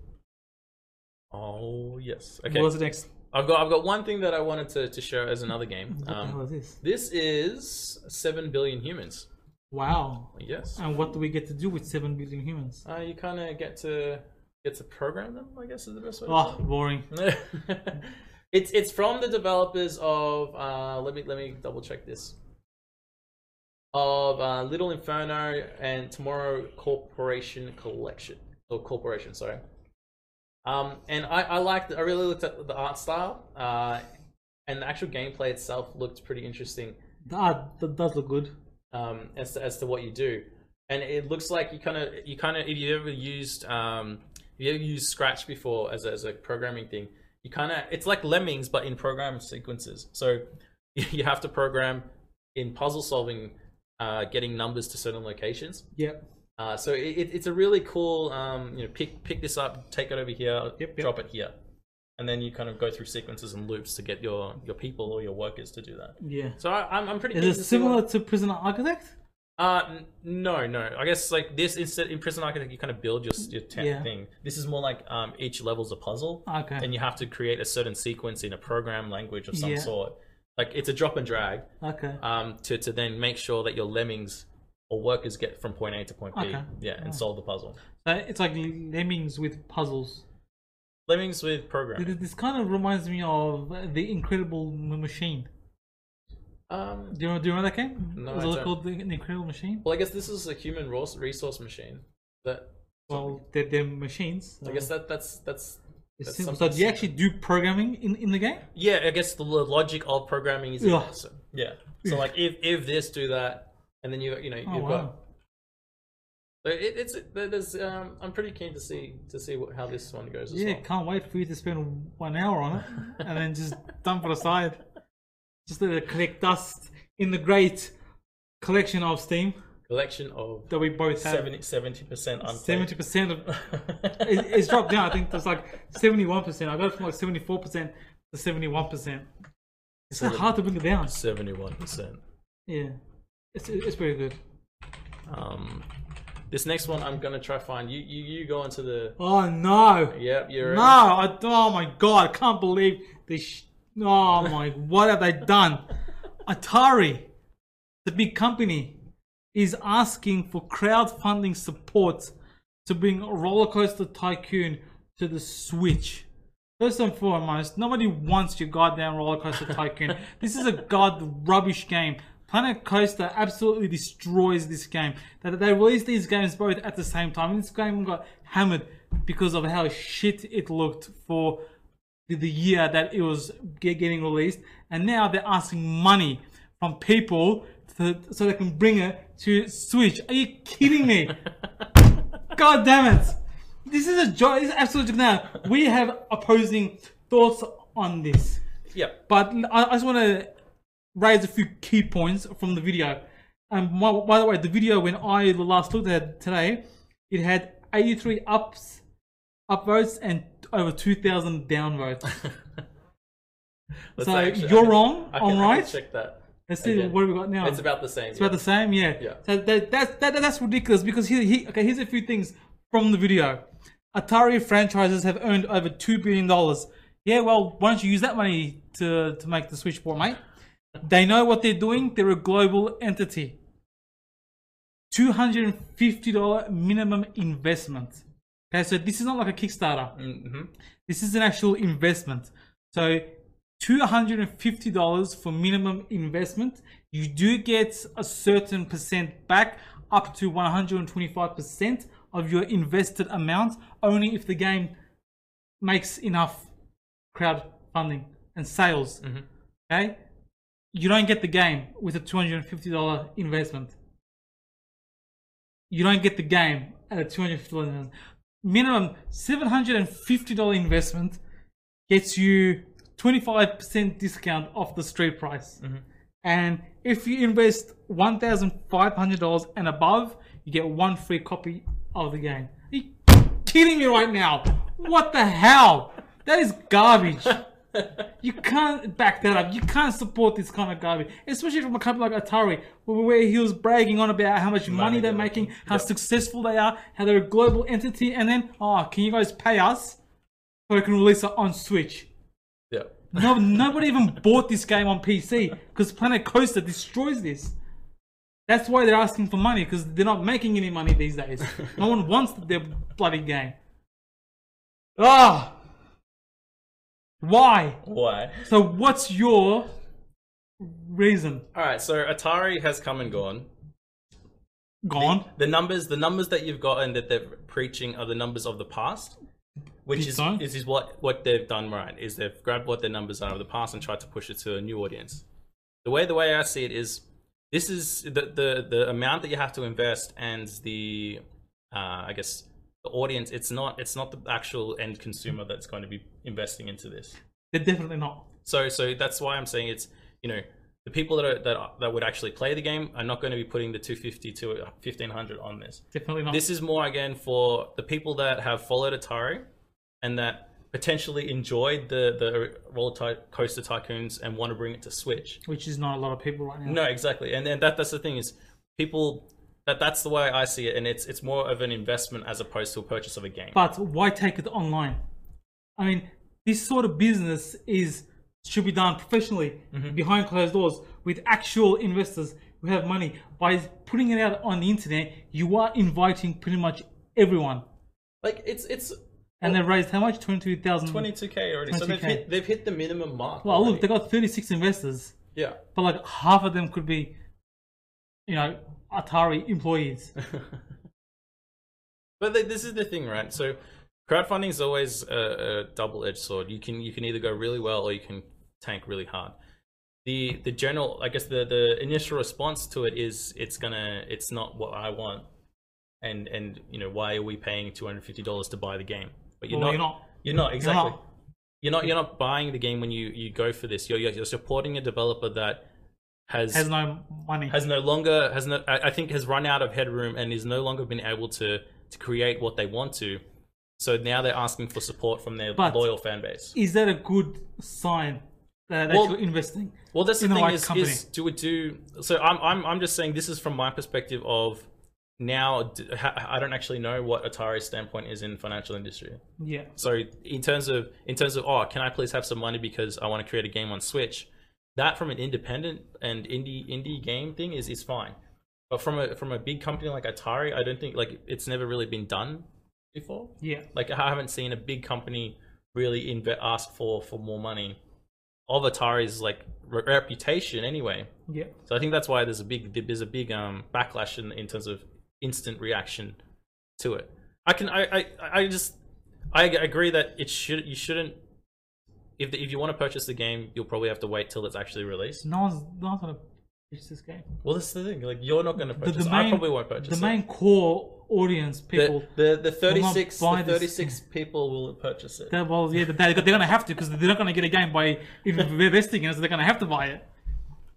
B: Oh yes. Okay.
A: What's the next?
B: I've got I've got one thing that I wanted to, to share as another game.
A: What the hell
B: Um,
A: is this?
B: this is seven billion humans.
A: Wow.
B: Yes.
A: And what do we get to do with seven billion humans?
B: Uh, you kind of get to get to program them. I guess is the best way.
A: Oh, boring.
B: To say it. it's it's from the developers of uh, let me let me double check this. Of uh, Little Inferno and Tomorrow Corporation Collection or Corporation, sorry. Um, and I I liked I really looked at the art style. Uh, and the actual gameplay itself looked pretty interesting
A: That, that does look good.
B: um, as to, as to what you do. And it looks like you kind of you kind of if you ever used um, if you ever used Scratch before as a, as a programming thing, you kind of it's like lemmings but in program sequences. So you have to program in puzzle solving, uh, getting numbers to certain locations.
A: Yep.
B: Uh, so it, it, it's a really cool um, you know pick pick this up, take it over here,
A: Yep, yep.
B: drop it here, and then you kind of go through sequences and loops to get your your people or your workers to do that.
A: Yeah.
B: So I, I'm I'm pretty. keen
A: Is
B: to
A: it
B: see what-
A: similar to Prison Architect?
B: uh, n- no, no. I guess like this instead in Prison Architect, you kind of build your your tent
A: Yeah.
B: thing. This is more like um each level's a puzzle,
A: Okay.
B: and you have to create a certain sequence in a program language of some
A: Yeah.
B: sort. Like it's a drop and drag
A: Okay.
B: um to to then make sure that your lemmings or workers get from point A to point B.
A: Okay.
B: Yeah, and solve the puzzle.
A: So Uh, it's like lemmings with puzzles.
B: Lemmings with
A: Th-
B: programming.
A: This kind of reminds me of the Incredible M- Machine.
B: Um.
A: Do you know, do you remember that game?
B: No,
A: Was
B: I
A: it
B: don't.
A: called the, the Incredible Machine?
B: Well, I guess this is a human ros- resource machine. That
A: Well, they're, they're machines.
B: I guess that that's that's.
A: it's
B: that's
A: simple. So
B: something
A: do you actually do programming in, in the game?
B: Yeah, I guess the lo- logic of programming is
A: Yeah.
B: so- yeah. So like if if this do that, and then you you know you've
A: Oh,
B: got.
A: wow.
B: So it, it's there's um I'm pretty keen to see to see what, how this one goes as
A: Yeah,
B: well.
A: can't wait for you to spend one hour on it and then just dump it aside. Just let it collect dust in the great collection of Steam
B: Collection of
A: that we both have.
B: 70 percent unplayed.
A: Seventy percent of it, it's dropped down. I think it's like seventy-one percent. I got it from like seventy-four percent to seventy-one percent. It's so hard to bring it down.
B: Seventy one percent.
A: Yeah, it's it's pretty good.
B: Um, this next one I'm gonna try find you you you go into the
A: Oh no,
B: yep you're
A: no! I, oh my god, I can't believe this. Sh- oh my, what have they done? Atari, the big company, is asking for crowdfunding support to bring Rollercoaster Tycoon to the Switch. First and foremost, nobody wants your goddamn Rollercoaster Tycoon. this is a god rubbish game. Planet Coaster absolutely destroys this game. That they released these games both at the same time. And this game got hammered because of how shit it looked for the- the year that it was ge- getting released, and now they're asking money from people to, so they can bring it to Switch. Are you kidding me? God damn it! This is a joy. This is absolute joke. Now we have opposing thoughts on this,
B: Yeah.
A: but I, I just want to raise a few key points from the video. Um, by, by the way, the video when I last looked at it today, it had 83 ups, upvotes, and over 2,000 downvotes.
B: Let's
A: So
B: actually-
A: you're
B: I can-
A: wrong,
B: I
A: I'm
B: can, I
A: right.
B: can check that.
A: Let's see
B: Again.
A: what we got now.
B: It's about the same.
A: It's about the same, yeah.
B: Yeah.
A: So that, that's that, that's ridiculous because he, he okay. Here's a few things from the video. Atari franchises have earned over two billion dollars. Yeah, well, why don't you use that money to to make the Switch for mate? They know what they're doing. They're a global entity. Two hundred and fifty dollar minimum investment. Okay, so this is not like a Kickstarter.
B: hmm
A: This is an actual investment. So $250 for minimum investment. You do get a certain percent back, up to 125% of your invested amount, only if the game makes enough crowdfunding and sales. Okay? You don't get the game with a $250 investment. You don't get the game at a $250 investment. Minimum $750 investment gets you 25% discount off the street price. And if you invest $1,500 and above, you get one free copy of the game. Are you kidding me right now? What the hell? That is garbage. You can't back that up. You can't support this kind of garbage, especially from a company like Atari, where where he was bragging on about how much money,
B: Money
A: they're
B: they're
A: making,
B: making.
A: how
B: Yep.
A: successful they are, how they're a global entity, and then, oh, can you guys pay us so we can release it on Switch?
B: Yeah.
A: No, nobody even bought this game on PC because Planet Coaster destroys this. That's why they're asking for money because they're not making any money these days. No one wants their bloody game. Ah, why?
B: Why?
A: So, what's your reason?
B: All right. So Atari has come and gone.
A: Gone?
B: The numbers, the numbers that you've gotten that they're preaching are the numbers of the past, which
A: Think
B: is
A: so?
B: is, is what what they've done right. Is they've grabbed what their numbers are of the past and tried to push it to a new audience. The way the way I see it is, this is the the, the amount that you have to invest and the uh, I guess the audience. It's not it's not the actual end consumer that's going to be investing into this.
A: They're definitely not.
B: So so that's why I'm saying it's you know the people that are, that are, that would actually play the game are not going to be putting the 250 to 1500 on this.
A: Definitely not.
B: This is more again for the people that have followed Atari and that potentially enjoyed the the roller ty- coaster tycoons and want to bring it to Switch.
A: Which is not a lot of people right now.
B: No, exactly. And then that that's the thing is people that that's the way I see it and it's it's more of an investment as opposed to a purchase of a game.
A: But why take it online? I mean, this sort of business is should be done professionally,
B: Mm-hmm.
A: behind closed doors, with actual investors who have money. By putting it out on the internet, you are inviting pretty much everyone.
B: like it's it's
A: And they raised how much? Twenty two thousand.
B: 22k already. So they've
A: 22K.
B: hit they've hit the minimum mark.
A: Well, look,
B: already.
A: they got thirty six investors,
B: yeah.
A: but like half of them could be, you know, Atari employees.
B: But th- this is the thing, right? So crowdfunding is always a, a double-edged sword. You can you can either go really well or you can tank really hard. The the general, I guess the the initial response to it is it's gonna it's not what I want, and and you know why are we paying two hundred fifty dollars to buy the game? But
A: Well, you're not.
B: You're not
A: You're
B: exactly.
A: not.
B: You're not. You're not, buying the game when you, you go for this. You're, you're you're supporting a developer that
A: Has no money.
B: has no longer has no I I think has run out of headroom and is no longer been able to to create what they want to. So now they're asking for support from their
A: But-
B: loyal fan base.
A: is that a good sign that, that
B: Well-
A: you're investing?
B: Well, that's the
A: in the
B: thing
A: right
B: is,
A: company.
B: is do we do? So I'm I'm I'm just saying this is from my perspective of now. d- ha- I don't actually know what Atari's standpoint is in financial industry.
A: Yeah.
B: So in terms of in terms of oh, can I please have some money because I want to create a game on Switch? That from an independent and indie indie game thing is is fine, but from a from a big company like Atari, I don't think like it's never really been done before.
A: Yeah.
B: Like I haven't seen a big company really inve- ask for for more money of Atari's like re- reputation anyway.
A: Yeah.
B: So I think that's why there's a big there's a big um backlash in in terms of instant reaction to it. I can I I, I just I ag- agree that it should you shouldn't if the, if you want to purchase the game you'll probably have to wait till it's actually released.
A: No one's no one's gonna purchase this game.
B: Well, that's the thing. Like, you're not going to
A: The,
B: purchase.
A: the main,
B: I probably won't purchase.
A: The
B: it.
A: main core audience people.
B: The, the, the 36,
A: buy
B: the
A: this.
B: 36 people will purchase it.
A: they're- well, yeah, they're, they're going to have to because they're not going to get a game by even investing in it, so they're going to have to buy it.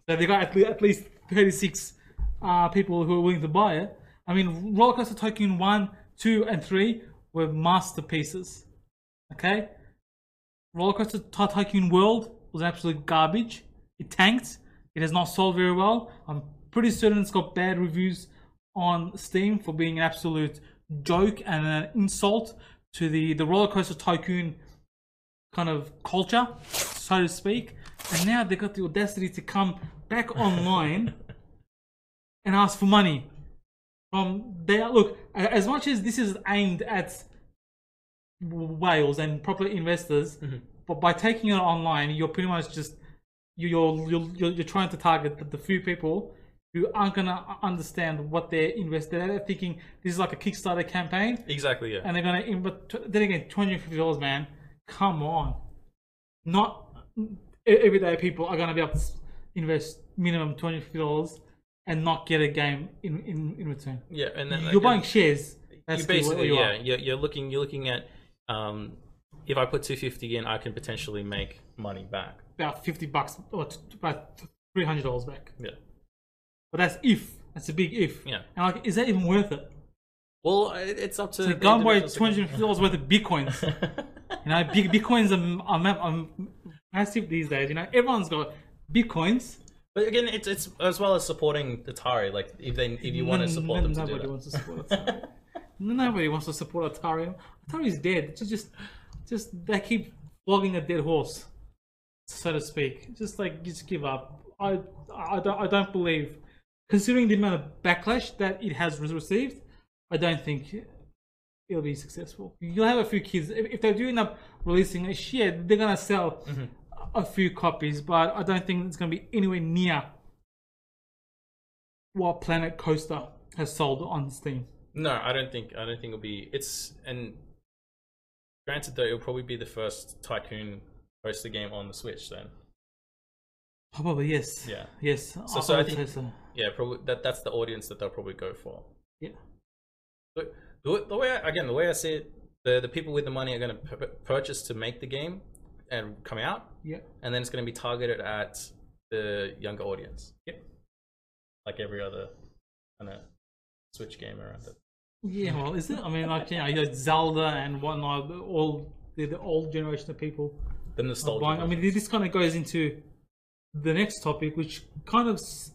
A: So they got at, le- at least 36 uh, people who are willing to buy it. I mean, Rollercoaster Tycoon 1, 2, and 3 were masterpieces. Okay? Rollercoaster Ty- Tycoon World was absolute garbage. It tanked. It has not sold very well. I'm pretty certain it's got bad reviews on Steam for being an absolute joke and an insult to the, the Rollercoaster Tycoon kind of culture, so to speak. And now they got the audacity to come back online and ask for money. From there, look, a- as much as this is aimed at whales and proper investors,
B: Mm-hmm.
A: but by taking it online, you're pretty much just you- you're you're you're, you're trying to target the, the few people who aren't gonna understand what they're invested. in. They're thinking this is like a Kickstarter campaign
B: Exactly, yeah.
A: and they're gonna in but tw- then again two hundred fifty dollars, man. Come on, not e- everyday people are gonna be able to s- invest minimum two hundred fifty dollars and not get a game in in, in return.
B: yeah, and then
A: You're
B: like, uh,
A: buying shares. That's
B: you basically,
A: what you
B: yeah,
A: are.
B: you're, you're looking, you're looking at, um, if I put 250 in, I can potentially make money back.
A: about fifty bucks or t- about three hundred dollars back.
B: Yeah.
A: But that's if. That's a big if.
B: Yeah.
A: And like, is that even worth it?
B: Well, it, it's up to.
A: So
B: the
A: go and buy
B: individuals.
A: two hundred fifty dollars worth of bitcoins. You know, big bitcoins are, are, ma- are massive these days. You know, everyone's got bitcoins.
B: But again, it's it's as well as supporting Atari. Like if they if you want to
A: No-
B: support
A: no-
B: them to do
A: nobody
B: that.
A: wants to support Atari. nobody wants to support Atari. Atari's dead. Just, just, just they keep flogging a dead horse, so to speak. Just like just give up. I, I don't, I don't believe, considering the amount of backlash that it has re- received, I don't think it'll be successful. You'll have a few kids if, if they do end up releasing a shit. They're gonna sell
B: Mm-hmm.
A: a few copies, but I don't think it's gonna be anywhere near what Planet Coaster has sold on Steam.
B: No, I don't think I don't think it'll be. It's and granted though, it'll probably be the first tycoon poster game on the Switch. Then,
A: Probably yes.
B: Yeah.
A: Yes.
B: So- so I
A: would
B: think-
A: say so.
B: yeah, probably that that's the audience that they'll probably go for.
A: Yeah.
B: But the, way- the way I, again, the way I see it, the the people with the money are going to p- purchase to make the game and come out,
A: Yeah.
B: and then it's going to be targeted at the younger audience.
A: Yep.
B: Like every other kind of Switch game around it.
A: Yeah. Well, is it? I mean, like you know, you got Zelda and whatnot. the- All the, the old generation of people
B: The nostalgia.
A: buying. I mean, this kind of goes into the next topic, which kind of s-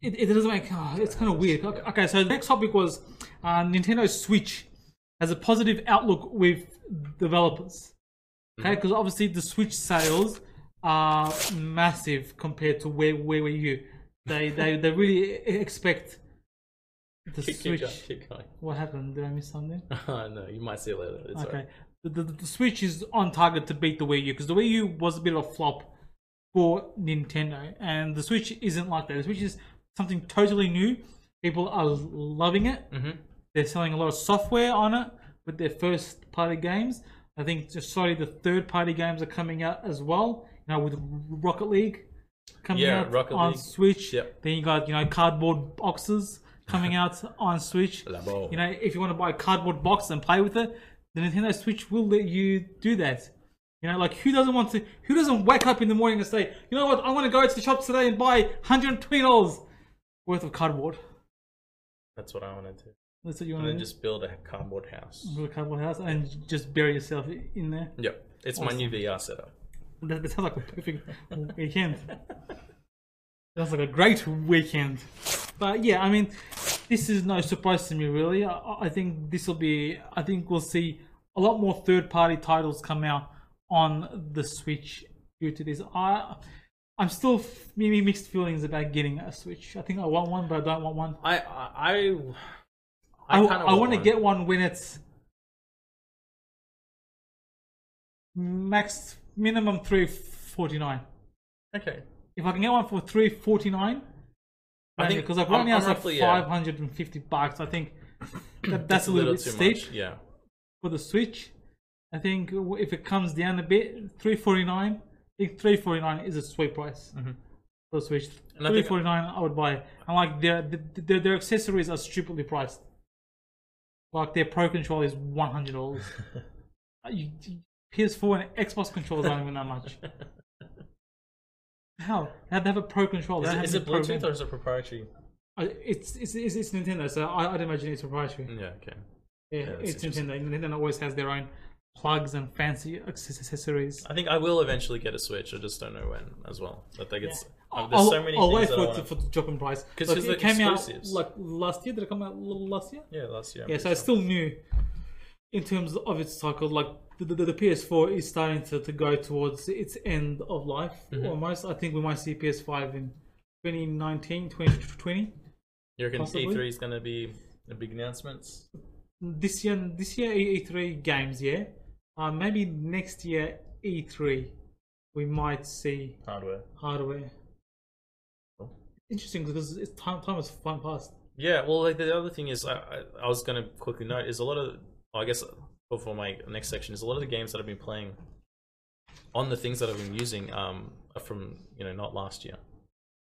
A: it, it doesn't make. ah, it's kind of weird. Okay, okay, so the next topic was uh, Nintendo Switch has a positive outlook with developers. Okay, because obviously the Switch sales are massive compared to where where were you? They they they really e-, expect the
B: keep, keep,
A: Switch.
B: going, keep going.
A: what happened? Did I miss something?
B: no, you might see it later. It's
A: Okay.
B: alright.
A: The, the, the Switch is on target to beat the Wii U because the Wii U was a bit of a flop for Nintendo, and the Switch isn't like that. The Switch is something totally new. People are loving it. Mm-hmm. They're selling a lot of software on it with their first party games. I think just sorry, the third party games are coming out as well. You know, with Rocket League coming
B: Yeah,
A: out
B: Rocket
A: on
B: League.
A: Switch.
B: Yep.
A: Then you got you know cardboard boxes coming out on Switch.
B: Labo.
A: You know, if you want to buy a cardboard box and play with it, the Nintendo Switch will let you do that. You know, like who doesn't want to? Who doesn't wake up in the morning and say, you know what, I want to go to the shops today and buy 120 dollars worth of cardboard.
B: That's what I wanted to.
A: That's what you
B: And
A: want to
B: then
A: do. Just
B: just build a cardboard house.
A: a cardboard house and just bury yourself in there.
B: Yep. It's my new VR setup.
A: That, that sounds like a perfect weekend. Sounds like a great weekend. But yeah, I mean, this is no surprise to me, really. I, I think this will be, I think we'll see a lot more third party titles come out on the Switch due to this. I, I'm still f- maybe mixed feelings about getting a Switch. I think I want one, but I don't want one.
B: I I I,
A: I,
B: kinda
A: I want to
B: one.
A: get one when it's max minimum 349
B: Okay.
A: if I can get one for three forty nine,
B: I
A: I think
B: think-
A: because like
B: I'm-
A: right now
B: I'm
A: it's like
B: roughly, yeah.
A: five hundred and fifty bucks. I think that, that's
B: It's
A: a little, bit
B: too
A: steep
B: much. Yeah.
A: for the Switch. I think w- if it comes down a bit, three forty nine. I think three forty nine is a sweet price. for Switch.
B: Mm-hmm. And I think-
A: Three
B: uh,
A: forty nine, I would buy. And like their, their their accessories are stupidly priced. Like their Pro controller is one hundred dollars. Uh, PS4 and Xbox controllers aren't even that much. Hell, they have to have a Pro controller.
B: Is
A: they
B: it,
A: don't
B: is
A: have any
B: it
A: Pro
B: Bluetooth
A: controller.
B: or is it proprietary?
A: Uh, It's, it's it's it's Nintendo, so I, I'd imagine it's proprietary.
B: Yeah, okay.
A: Yeah,
B: that's
A: Eh, it's Nintendo. Nintendo always has their own plugs and fancy accessories.
B: I think I will eventually get a Switch. I just don't know when as well. But like it's um, there's
A: I'll,
B: so many
A: I'll
B: things
A: wait
B: that
A: for
B: I
A: it to,
B: wanna-
A: for it to drop in price.
B: 'Cause
A: Like,
B: it's
A: it
B: like
A: came
B: exclusives.
A: out like last year. Did it come out l- last year?
B: Yeah, last year. I'm
A: Yeah,
B: pretty
A: so it's
B: sure.
A: still new in terms of its cycle. Like the, the, the PS4 is starting to, to go towards its end of life
B: Mm-hmm.
A: almost. I think we might see PS5 in 2019, 2020.
B: You reckon
A: possibly.
B: E3 is going to be the big announcements?
A: This year, this year E3 games, yeah. Uh, maybe next year E3 we might see
B: Hardware.
A: hardware.
B: Cool.
A: Interesting because it's time time has fun past.
B: Yeah, well, like the other thing is, I, I, I was going to quickly note is a lot of, I guess, before my next section is a lot of the games that I've been playing on the things that I've been using um are from you know not last year.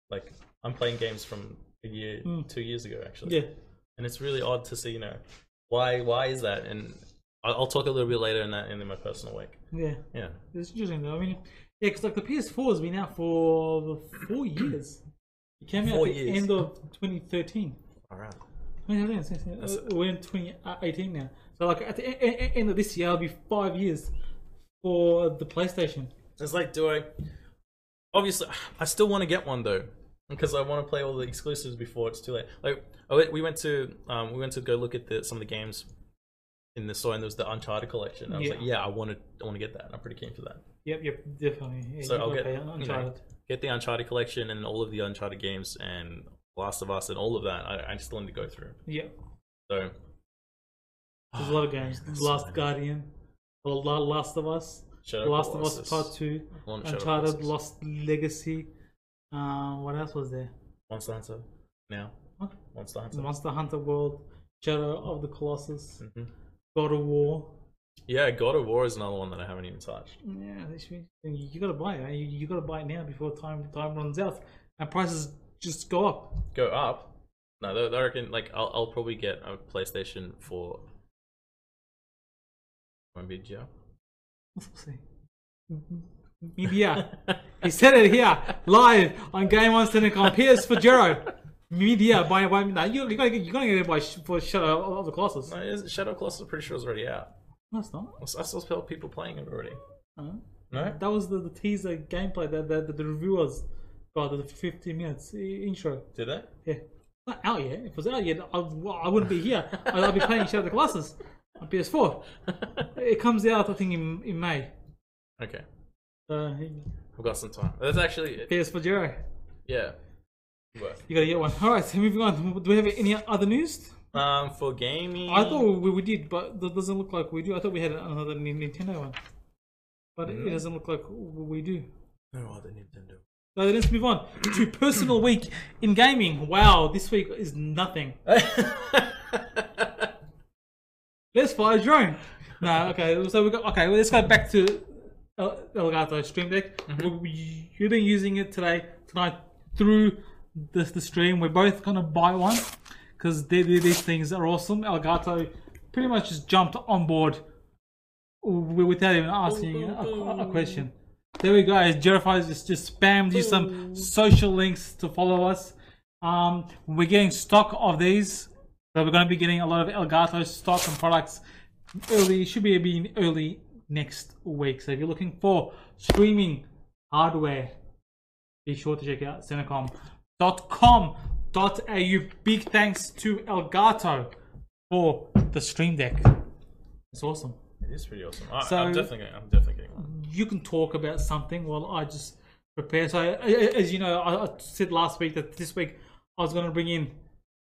B: Like I'm playing games from a year, two years ago actually.
A: Hmm. Yeah,
B: and it's really odd to see you know why why is that and i'll, I'll talk a little bit later in that in my personal week
A: yeah.
B: yeah
A: It's interesting though. I mean, yeah, because like the PS4 has been out for four years. It came
B: Four
A: out at
B: years.
A: the end of 2013.
B: all right
A: 2013, 2013. Uh, We're in 2018 now. So like at the e- e- end of this year, it'll be five years for the PlayStation.
B: it's like do i obviously i still want to get one though because i want to play all the exclusives before it's too late like I went- we went to um we went to go look at the some of the games in the store and there was the uncharted collection i was
A: Yeah.
B: like yeah i want to i want to get that i'm pretty keen for that
A: Yep, yep, definitely. Yeah,
B: so
A: you
B: i'll
A: gotta
B: get
A: pay
B: you know,
A: Uncharted.
B: get the uncharted collection and all of the uncharted games and last of us and all of that i, I still need to go through
A: Yep.
B: so
A: There's a lot of
B: Oh,
A: games. The Last Guardian, The La- Last of Us,
B: Shadow
A: The Last of Us
B: Colossus.
A: Part Two,
B: Well, not Shadow
A: Uncharted,
B: Colossus.
A: Lost Legacy. Uh, what else was there?
B: Monster Hunter. Now.
A: What?
B: Monster Hunter.
A: Monster Hunter World, Shadow of the Colossus,
B: Mhm.
A: God of War.
B: Yeah, God of War is another one that I haven't even touched.
A: Yeah, this should be- you you gotta buy it. Man. You, you gotta buy it now before time time runs out and prices just go up.
B: Go up. No, tho- I reckon like I'll, I'll probably get a PlayStation for. Won't be Joe.
A: What's it say? Media. he said it here live on Game On Cinecom. Pierce for Jero. Media by by no, you you gotta get you gotta get it by sh- for Shadow of- of the Colossus.
B: No, is Shadow Colossus. I'm pretty sure is already out.
A: No, it's not.
B: I s- I still saw people playing it already. Oh.
A: No.
B: No.
A: That was the, the teaser gameplay that, that, that the reviewers got the 15 minutes i- intro.
B: Did they?
A: Yeah. Not out yet. If it was out yet, I, well, I wouldn't be here. I, I'd be playing Shadow of the Colossus on PS4. It comes out, I think, in, in May.
B: okay.
A: Uh,
B: I've got some time. That's actually
A: PS4 Jero.
B: yeah. Work.
A: You gotta get one. Alright, so moving on. Do we have any other news?
B: Um, for gaming.
A: I thought we, we did, but that doesn't look like we do. I thought we had another Ni- Nintendo one. But it doesn't look like we do.
B: No other Nintendo.
A: So let's move on to personal week in gaming. Wow, this week is nothing. Let's fly a drone. No, okay. So we got okay. Well, let's go back to El- Elgato Stream Deck. We- You've been using it today, tonight through the, the stream. We're both gonna buy one because these things are awesome. Elgato pretty much just jumped on board w- without even asking a, a question. There we go. Jerify's just just spammed you some social links to follow us. Um, we're getting stock of these, so we're going to be getting a lot of Elgato stock and products early. Should be being early next week. So if you're looking for streaming hardware, be sure to check out cinecom.com.au. Big thanks to Elgato for the Stream Deck. It's awesome.
B: It is pretty awesome. I, I'm
A: So-
B: definitely. Getting, I'm definitely getting one.
A: you can talk about something while I just prepare. So, a- a- as you know, I, I said last week that this week I was going to bring in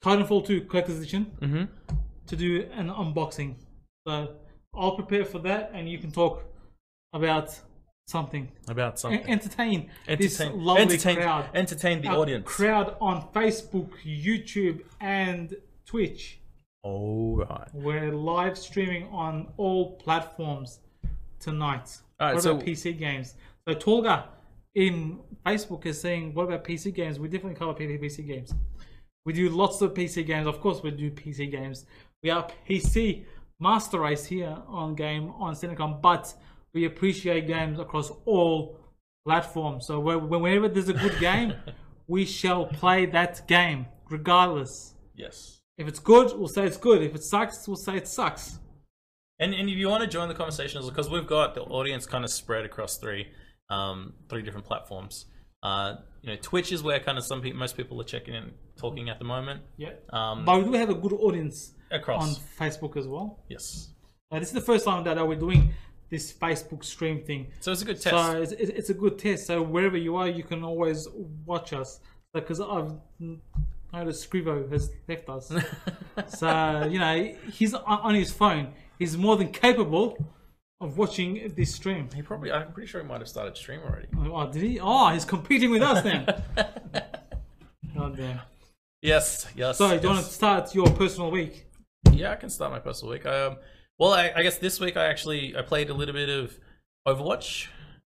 A: Titanfall 2 Collector's Edition
B: Mm-hmm.
A: to do an unboxing. So, I'll prepare for that, and you can talk about something.
B: About
A: E-
B: something.
A: Entertain, this
B: entertain,
A: lovely
B: entertain,
A: crowd.
B: entertain the
A: Our
B: audience.
A: Crowd on Facebook, YouTube, and Twitch.
B: All right.
A: We're live streaming on all platforms tonight.
B: All right,
A: what
B: so-
A: about PC games? So Tolga, in Facebook is saying, what about PC games? We definitely cover PC games. We do lots of PC games. Of course, we do PC games. We are PC master race here on game on Cinecom, but we appreciate games across all platforms. So where- whenever there's a good game, we shall play that game regardless.
B: Yes.
A: If it's good, we'll say it's good. If it sucks, we'll say it sucks.
B: And, and if you want to join the conversation, because we've got the audience kind of spread across three, um, three different platforms. Uh, you know, Twitch is where kind of some people, most people are checking in, talking at the moment.
A: Yeah.
B: Um,
A: But we do have a good audience
B: across.
A: on Facebook as well.
B: yes.
A: Uh, this is the first time that uh, we're doing this Facebook stream thing.
B: So it's a good test.
A: So it's, it's, it's a good test. So wherever you are, you can always watch us. Because I've noticed Scrivo has left us. so, you know, he's on, on his phone. He's more than capable of watching this stream.
B: he probably, I'm pretty sure he might have started stream already.
A: Oh, did he? Oh, he's competing with us then. God damn.
B: Yes, yes.
A: So, do
B: yes.
A: you want to start your personal week?
B: Yeah, I can start my personal week. Um, well, I, I guess this week I actually I played a little bit of Overwatch.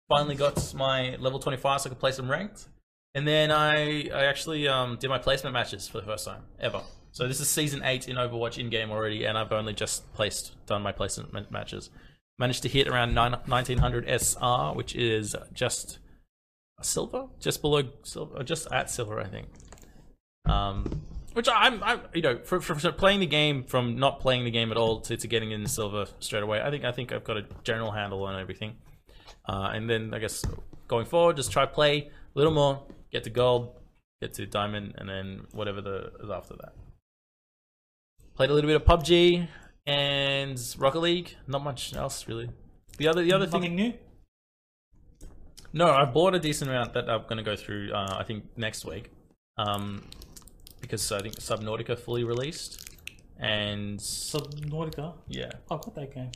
B: Finally got my level twenty five, so I could play some ranked. And then I I actually um, did my placement matches for the first time ever. So this is season eight in Overwatch in game already, and I've only just placed done my placement ma- matches. Managed to hit around nine, 1900 SR, which is just silver, just below silver, or just at silver, I think um, which I'm, I'm, you know, for, for, for playing the game from not playing the game at all to, to getting in silver straight away. I think I think I've got a general handle on everything, uh, and then I guess going forward, just try play a little more, get to gold, get to diamond, and then whatever the is after that. Played a little bit of PUBG and Rocket League. Not much else really. The other the other thing
A: Nothing new?
B: no, I bought a decent amount that I'm going to go through. Uh, I think next week, um, because I think Subnautica fully released, and
A: Subnautica.
B: yeah,
A: Oh, I've got that game.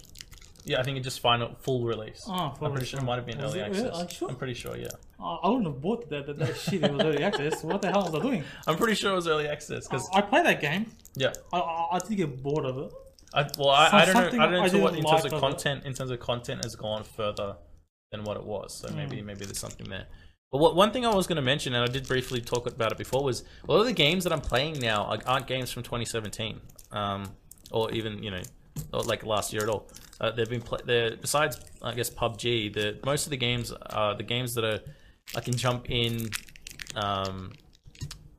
B: yeah, I think it just final full release.
A: Oh, full
B: I'm pretty sure it
A: release.
B: might have been
A: Was
B: early
A: it-
B: access.
A: are you sure?
B: I'm pretty sure, yeah.
A: I I wouldn't have bought that, that, that shit. It was early access. What the hell was I doing?
B: I'm pretty sure it was early access because
A: I played that game.
B: yeah.
A: I, I, I did get bored of it.
B: I, well, I,
A: So-
B: I don't
A: something
B: know. I don't know
A: I
B: to what
A: didn't
B: in terms
A: like of
B: of
A: it.
B: content. In terms of content, has gone further than what it was. So maybe maybe there's something there. But what, one thing I was going to mention, and I did briefly talk about it before, was a lot of the games that I'm playing now are- aren't games from 2017, um, or even you know, or like last year at all. Uh, they've been pla they're, besides I guess PUBG. The most of the games are the games that are I can jump in. Um,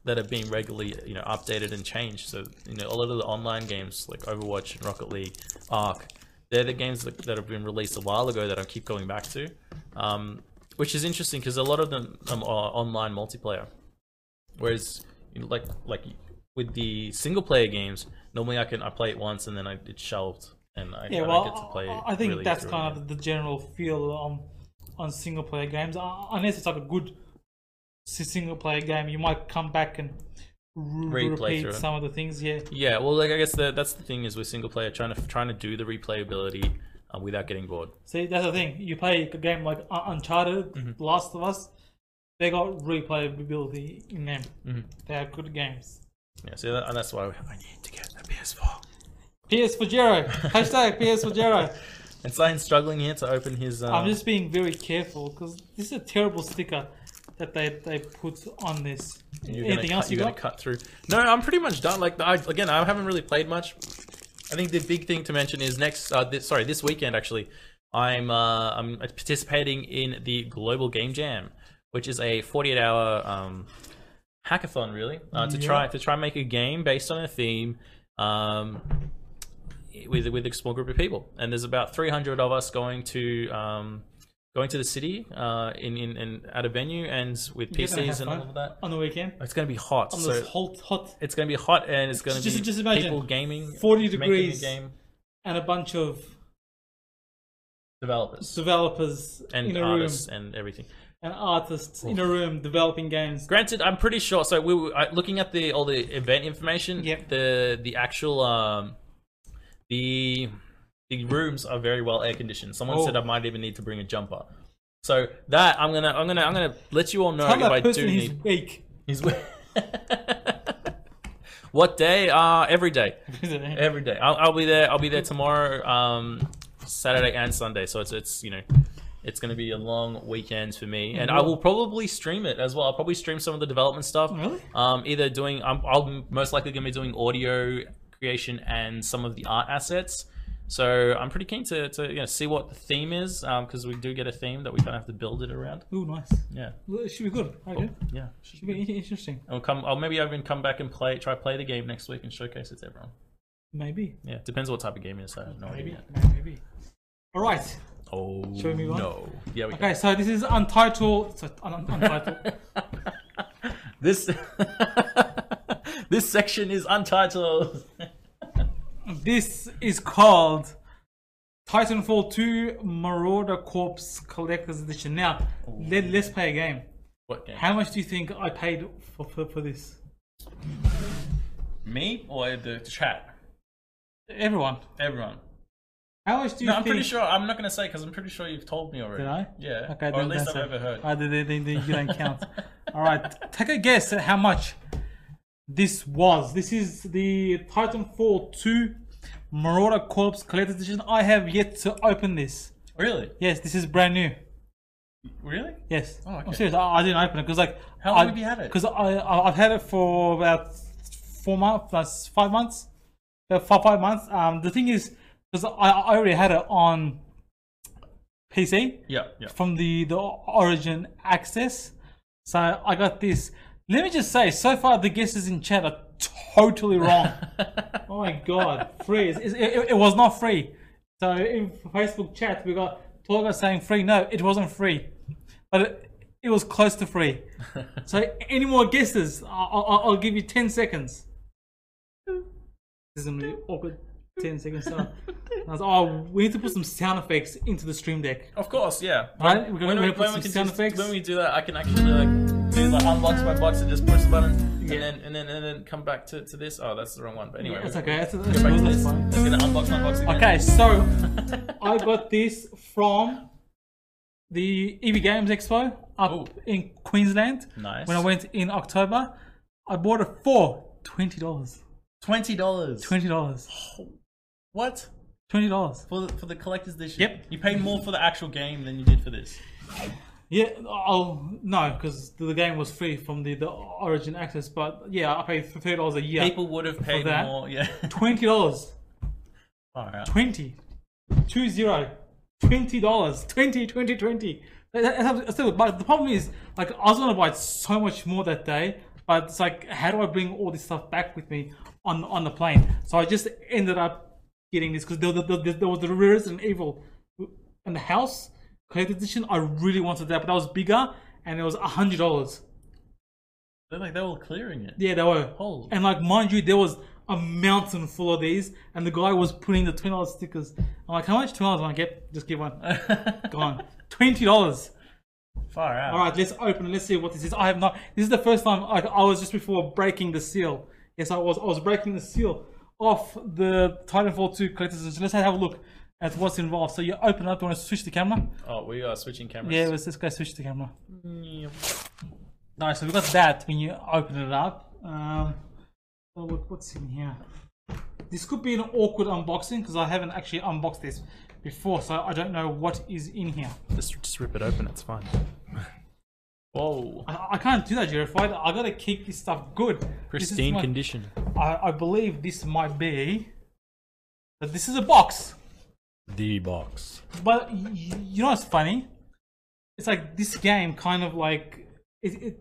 B: that are being regularly you know updated and changed. So you know a lot of the online games like Overwatch and Rocket League, Arc, they're the games that, that have been released a while ago that I keep going back to, um, which is interesting because a lot of them um, are online multiplayer, whereas you know, like like with the single player games normally I can I play it once and then I, it's shelved and I, I
A: Yeah,
B: don't
A: well,
B: get to play.
A: I- I think
B: really
A: that's
B: through it
A: kind
B: again.
A: of the general feel on on single player games. Uh, Unless it's like a good s- single player game, you might come back and re-
B: Replay through
A: repeat
B: it.
A: some of the things. Yeah,
B: Yeah, well, like I guess the, that's the thing is with single player trying to trying to do the replayability uh, without getting bored.
A: see, that's the thing. You play a game like Un- Uncharted,
B: Mm-hmm.
A: The Last of Us, they got replayability in them.
B: Mm-hmm.
A: They are good games.
B: Yeah, so that, and that's why I need to get a PS4.
A: PS for Jero. Hashtag PS for Jero.
B: And Zane's struggling here to open his. Um,
A: I'm just being very careful because this is a terrible sticker that they, they put on this.
B: You're gonna
A: Anything
B: cut,
A: else you
B: you're
A: got?
B: gonna cut through. No, I'm pretty much done. Like I, again, I haven't really played much. I think the big thing to mention is next. Uh, this, sorry, this weekend actually, I'm uh, I'm participating in the Global Game Jam, which is a 48 hour um, hackathon really uh, to try to try and make a game based on a theme. Um, with with a small group of people, and there's about 300 of us going to um, going to the city uh, in, in in at a venue and with
A: You're gonna
B: PCs
A: have
B: and
A: fun
B: all of that.
A: on the weekend.
B: It's gonna be hot.
A: On
B: so
A: this hot, hot,
B: it's gonna be hot, and it's gonna
A: Just-
B: be
A: just imagine,
B: people gaming,
A: 40
B: making a
A: degrees.
B: game
A: and a bunch of
B: developers
A: developers
B: and
A: in a
B: artists
A: room
B: and everything.
A: and artists in a room developing games.
B: Granted, I'm pretty sure. So we were I- looking at the all the event information.
A: Yep.
B: The the actual um the the rooms are very well air conditioned. Someone
A: Oh.
B: said I might even need to bring a jumper. So that I'm gonna I'm gonna I'm gonna let you all know
A: Tell
B: if I
A: that
B: do
A: person he's
B: need
A: weak.
B: his. what day? Uh, every day. Every day. I'll, I'll be there. I'll be there tomorrow, um, Saturday and Sunday. So it's it's you know, It's going to be a long weekend for me, and I will probably stream it as well. I'll probably stream some of the development stuff.
A: Really?
B: Um, either doing, I'm, I'm most likely going to be doing audio creation and some of the art assets. So I'm pretty keen to, to you know, see what the theme is, because we do get a theme that we kind of have to build it around.
A: Ooh, nice.
B: Yeah,
A: Well, It should be good. I reckon.
B: yeah.
A: Should be in- interesting.
B: I'll come. I'll maybe even come back and play. Try play the game next week and showcase it to everyone.
A: Maybe.
B: Yeah, depends what type of game it is. I have no idea.
A: Maybe.
B: yet.
A: Maybe. All right.
B: Oh
A: Shall we move on?
B: no! Yeah, we
A: Okay, so this is untitled. So un- un- untitled.
B: go. this this section is untitled.
A: This is called Titanfall 2 Marauder Corpse Collector's Edition. Now,
B: Oh.
A: let, let's play a game.
B: What game?
A: How much do you think I paid for, for, for this?
B: Me or the chat?
A: Everyone.
B: Everyone.
A: How much do you
B: No, I'm
A: think?
B: pretty sure. I'm not gonna say because I'm pretty sure you've told me already.
A: Did I?
B: Yeah.
A: Okay,
B: or at
A: then
B: least
A: that's
B: I've
A: it.
B: overheard.
A: Ah, then, then- then- then you don't count. All right, take a guess at how much this was. This is the Titanfall 2 Marauder Corpse Collector's Edition. I have yet to open this.
B: Really?
A: Yes, this is brand new.
B: Really?
A: Yes.
B: Oh, okay.
A: I'm serious. I, I didn't open it because like
B: How long have you had it?
A: Because I, I I've had it for about four months, plus five months, about five, five months. Um, the thing is, because I, I already had it on PC
B: Yeah. Yeah.
A: from the the Origin access, so I got this. Let me just say, so far the guesses in chat are totally wrong. oh my god, free! It's- it's- It, it, it was not free. So in Facebook chat, we got Torga saying free. No, it wasn't free, but it, it was close to free. so any more guesses? I, I, I'll give you ten seconds. This is gonna be awkward. Ten seconds. So, I was, oh, we need to put some sound effects into the stream deck.
B: Of course. Yeah.
A: Right? We're gonna,
B: When,
A: we're
B: we,
A: gonna put
B: when, we
A: some
B: can
A: sound
B: just,
A: effects.
B: when we do that, I can actually like do like unbox my box and just push the button, and then and then and then come back to, to this. Oh, that's the wrong one. But anyway,
A: That's
B: we-
A: okay. That's, that's,
B: go back to
A: that's
B: this.
A: fine.
B: I'm gonna unbox my box again.
A: Okay, so I got this from the EB Games Expo up
B: Ooh.
A: in Queensland.
B: Nice.
A: When I went in October, I bought it for twenty dollars.
B: Twenty dollars.
A: Twenty dollars.
B: What?
A: Twenty dollars.
B: For the, for the collector's edition.
A: Yep.
B: You paid more for the actual game than you did for this.
A: Yeah. I'll no, because the game was free from the, the Origin access. But yeah, I paid thirty dollars a year.
B: People would have paid
A: that.
B: more. Yeah.
A: Twenty dollars.
B: All right.
A: 20 two zero 20 dollars 20 20 20 That- that- that's- that's still- but the problem is like i was gonna buy so much more that day but it's like how do i bring all this stuff back with me on on the plane so i just ended up getting this because there, there, there, there was the resident evil in the house collected edition i really wanted that but that was bigger and it was a hundred dollars
B: They're like they were clearing it.
A: yeah, they were.
B: Holy.
A: And like, mind you, there was a mountain full of these, and the guy was putting the twenty dollars stickers. I'm like, how much twenty dollars? I get just give one. Gone. Twenty dollars.
B: Far out.
A: All right, let's open. it. Let's see what this is. I have not. This is the first time. Like, I was just before breaking the seal. Yes, I was. I was breaking the seal off the Titanfall 2 collector's edition. Let's have a look at what's involved. So you open up. Do you want to switch the camera?
B: Oh, we are switching cameras.
A: Yeah, let's, let's go switch the camera. Nice. So we got that when you open it up. Um, so what, what's in here? This could be an awkward unboxing because I haven't actually unboxed this before, so I don't know what is in here.
B: Just just rip it open. It's fine. Whoa.
A: I, I can't do that, Jerified. I gotta keep this stuff good. This is
B: Pristine
A: my-
B: condition.
A: I, I believe this might be. But this is a box.
B: The box.
A: But y- y- you know what's funny? It's like this game kind of like it, it.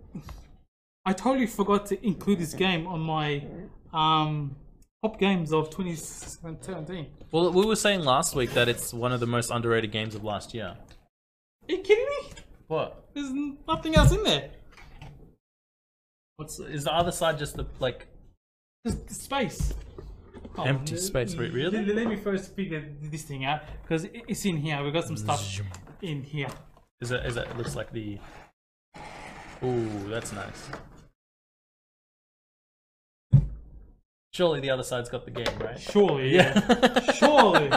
A: I totally forgot to include this game on my um top games of 2017.
B: Well, we were saying last week that it's one of the most underrated games of last year.
A: Are you kidding me?
B: What?
A: There's n- nothing else in there.
B: What's is the other side just the like?
A: Just space. Oh,
B: Empty
A: le-
B: space, wait, really?
A: le- Let me first figure this thing out because it's in here. We've got some stuff in here.
B: Is that is that? It looks like the. Ooh, that's nice. Surely the other side's got the game, right?
A: Surely, yeah. Surely.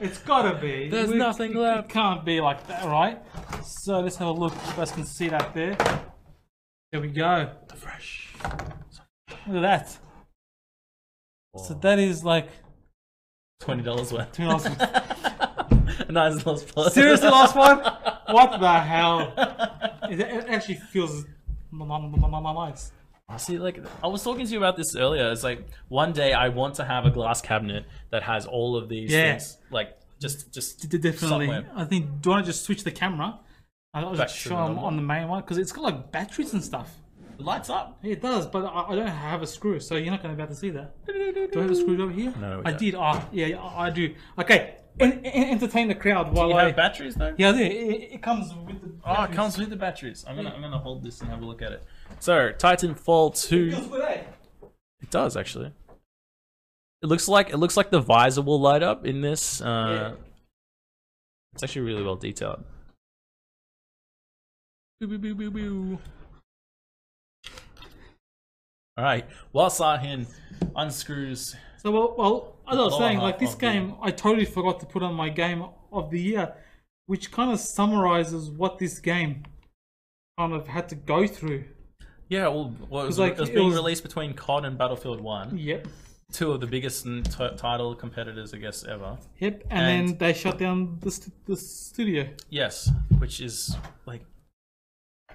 A: It's gotta be.
B: There's nothing
A: it-
B: left.
A: It can't be like that, right? So let's have a look. You guys can see that there. There we go.
B: Fresh.
A: Look at that. So that is like
B: Twenty dollars worth.
A: two dollars.
B: nice lost plus.
A: Seriously, last one? What the hell? It, it actually feels my, my, my, my, my nice.
B: See, like I was talking to you about this earlier. It's like one day I want to have a glass cabinet that has all of these
A: Yeah.
B: things, like just just
A: D- Definitely.
B: somewhere.
A: I think, do you want to just switch the camera? I'll
B: Back
A: just
B: to
A: show them
B: normal.
A: on the main one because it's got like batteries and stuff.
B: lights up.
A: It does, but I, I don't have a screw, so you're not going to be able to see that. Do I have a screwdriver here?
B: No, we
A: I
B: don't.
A: did. Ah, yeah, yeah, I I do. Okay, en- en- entertain the crowd while
B: You
A: I.
B: have batteries though.
A: yeah, there. It, it comes with the.
B: Oh, it comes with the batteries. I'm gonna I'm gonna hold this and have a look at it. So Titanfall two.
A: Comes with it.
B: It does actually. It looks like it looks like the visor will light up in this. Uh, It's actually really well detailed. Boo boo boo boo boo. All right. While Sahin unscrews,
A: So well, well as I was
B: Lower
A: saying, like
B: half
A: this
B: of the-
A: game, I totally forgot to put on my game of the year, which kind of summarizes what this game kind of had to go through.
B: yeah, well, well it, was,
A: like,
B: it was
A: it
B: being
A: was- Mm.
B: released between COD and Battlefield One,
A: Yep,
B: two of the biggest n- t- title competitors, I guess, ever.
A: yep, and,
B: And-
A: then they shut down the st- the studio.
B: Yes, which is like,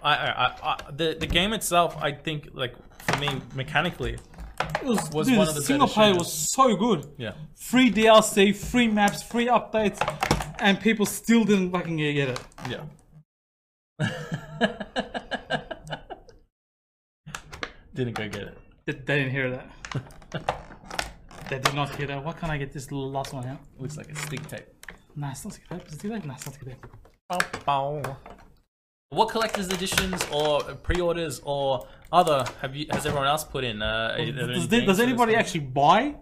B: I, I, I, I the the game itself. I think like for me mechanically,
A: It was,
B: Was
A: dude,
B: one
A: the
B: of the
A: single
B: better
A: player
B: shooters.
A: was so good.
B: yeah,
A: Free DLC, free maps, free updates, and people still didn't fucking get it.
B: yeah. Didn't go get it.
A: They, they didn't hear that. they did not hear that. Why can't I get this little last one out?
B: Looks like a stick tape.
A: Nice, let's get that. Let's do that. Nice, let's get that.
B: Bow, bow. What collector's editions or pre-orders or other have you? Has everyone else put in? Uh, are there
A: does,
B: any
A: does
B: games that
A: anybody
B: are-
A: actually buy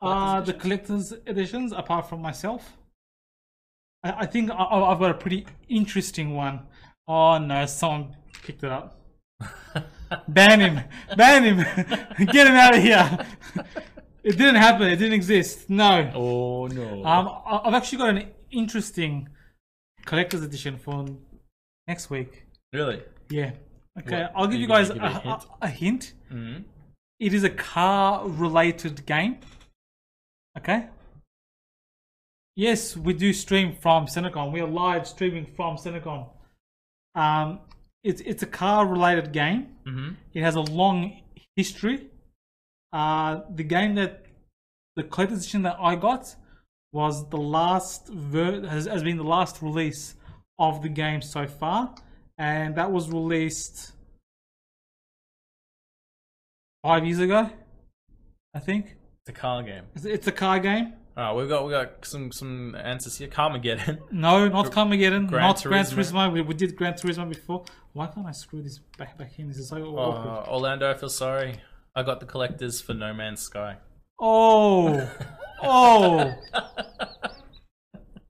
A: uh,
B: Collector's
A: the collector's editions apart from myself? I, I think I, I- I've got a pretty interesting one. Oh no, someone picked it up. Ban him! Ban him! Get him out of here! it didn't happen. It didn't exist. No.
B: Oh no!
A: Um, I- I've actually got an interesting collector's edition for next week.
B: really?
A: Yeah. Okay,
B: What?
A: I'll give
B: Are
A: you
B: you gonna
A: guys a,
B: give it a
A: a,
B: hint?
A: a hint.
B: Mhm.
A: It is a car related game. Okay? Yes, we do stream from Senecon. We are live streaming from Senecon. Um, it's, it's a car related game.
B: Mhm.
A: It has a long history. Uh, the game that the collector's edition that I got was the last ver- has, has been the last release of the game so far, and that was released five years ago, I think.
B: It's a car game.
A: It's, it's a car game.
B: All right, we've got Ah, we got some some answers here. Carmageddon.
A: No, not Carmageddon,
B: Gran
A: not Gran
B: Turismo.
A: Turismo. We, we did Gran Turismo before. Why can't I screw this back back in? This is so awkward.
B: Uh, Orlando, I feel sorry. I got the collectors for No Man's Sky.
A: Oh, oh,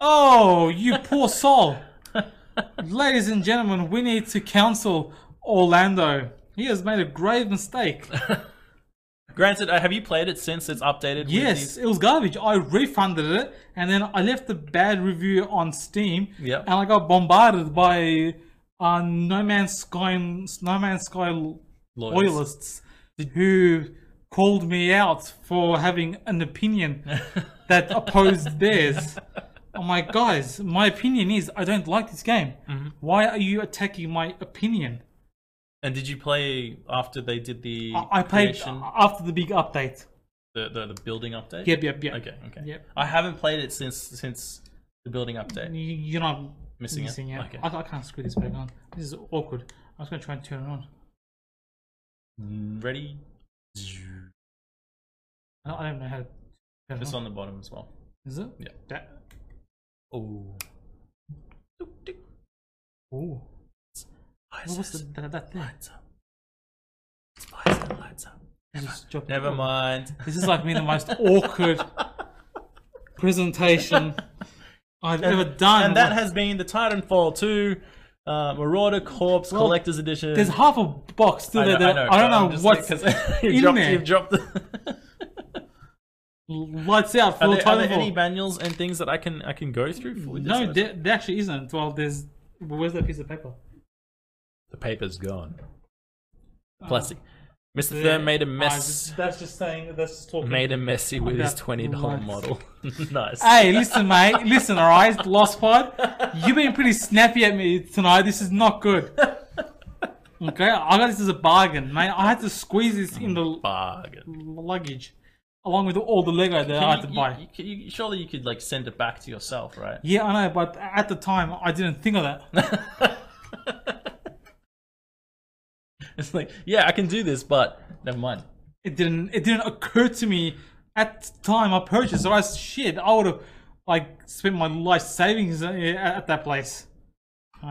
A: oh, you poor soul. Ladies and gentlemen, we need to counsel Orlando. He has made a grave mistake.
B: Granted, uh, have you played it since it's updated? with
A: Yes,
B: these-
A: it was garbage. I refunded it and then I left the bad review on Steam.
B: Yep.
A: And I got bombarded by uh, No Man's Sky, No Man's Sky
B: Loyalists.
A: loyalists who called me out for having an opinion that opposed theirs. I'm like, guys, my opinion is I don't like this game.
B: Mm-hmm.
A: Why are you attacking my opinion?
B: And did you play after they did the
A: I, I played
B: E creation,
A: after the big update.
B: the, the the building update?
A: Yep, yep, yep.
B: Okay, okay.
A: Yep.
B: I haven't played it since since the building update.
A: You- You're not
B: Missing it?
A: missing out.
B: Okay.
A: I, I can't screw this back on. This is awkward. I was going to try and turn it on.
B: Ready?
A: I don't, I don't know how to turn
B: It's
A: it on.
B: on the bottom as well.
A: Is it?
B: Yeah.
A: That,
B: Oh.
A: ooh. What was the, that, that thing?
B: Lights up. Lights up. Lights up.
A: You just dropped it.
B: Never mind.
A: This is like me the most awkward presentation I've ever done.
B: And that has been the Titanfall 2 uh, Marauder Corpse Collector's Edition.
A: There's half a box still there. that- I, don't know what's
B: you
A: in
B: dropped,
A: there.
B: You've dropped the...
A: lights out for
B: are, there, are
A: Titanfall.
B: there any manuals and things that I can I can go through for this?
A: no, there, there actually isn't. Well, there's where's that piece of paper? Uh,
B: the paper's gone. Plastic. Mr.
A: Yeah,
B: Thurm made a
A: I
B: mess.
A: just- that's just saying. That's just talking.
B: Made a messy with his
A: About
B: twenty dollar
A: life.
B: model. nice.
A: Hey, listen, mate. Listen, all right, Lost Pod. You've been pretty snappy at me tonight. This is not good. Okay, I got this as a bargain, mate. I had to squeeze this in the l-
B: bargain.
A: luggage, along with all the Lego that I had to
B: Mm. you,
A: buy.
B: You, you, you- surely you could like send it back to yourself, right?
A: Yeah, I know, but at the time, I didn't think of that.
B: it's like, yeah, I can do this, but never mind.
A: It didn't. It didn't occur to me at the time I purchased. Or I shit, I would have like spent my life savings uh, yeah, at, at that place.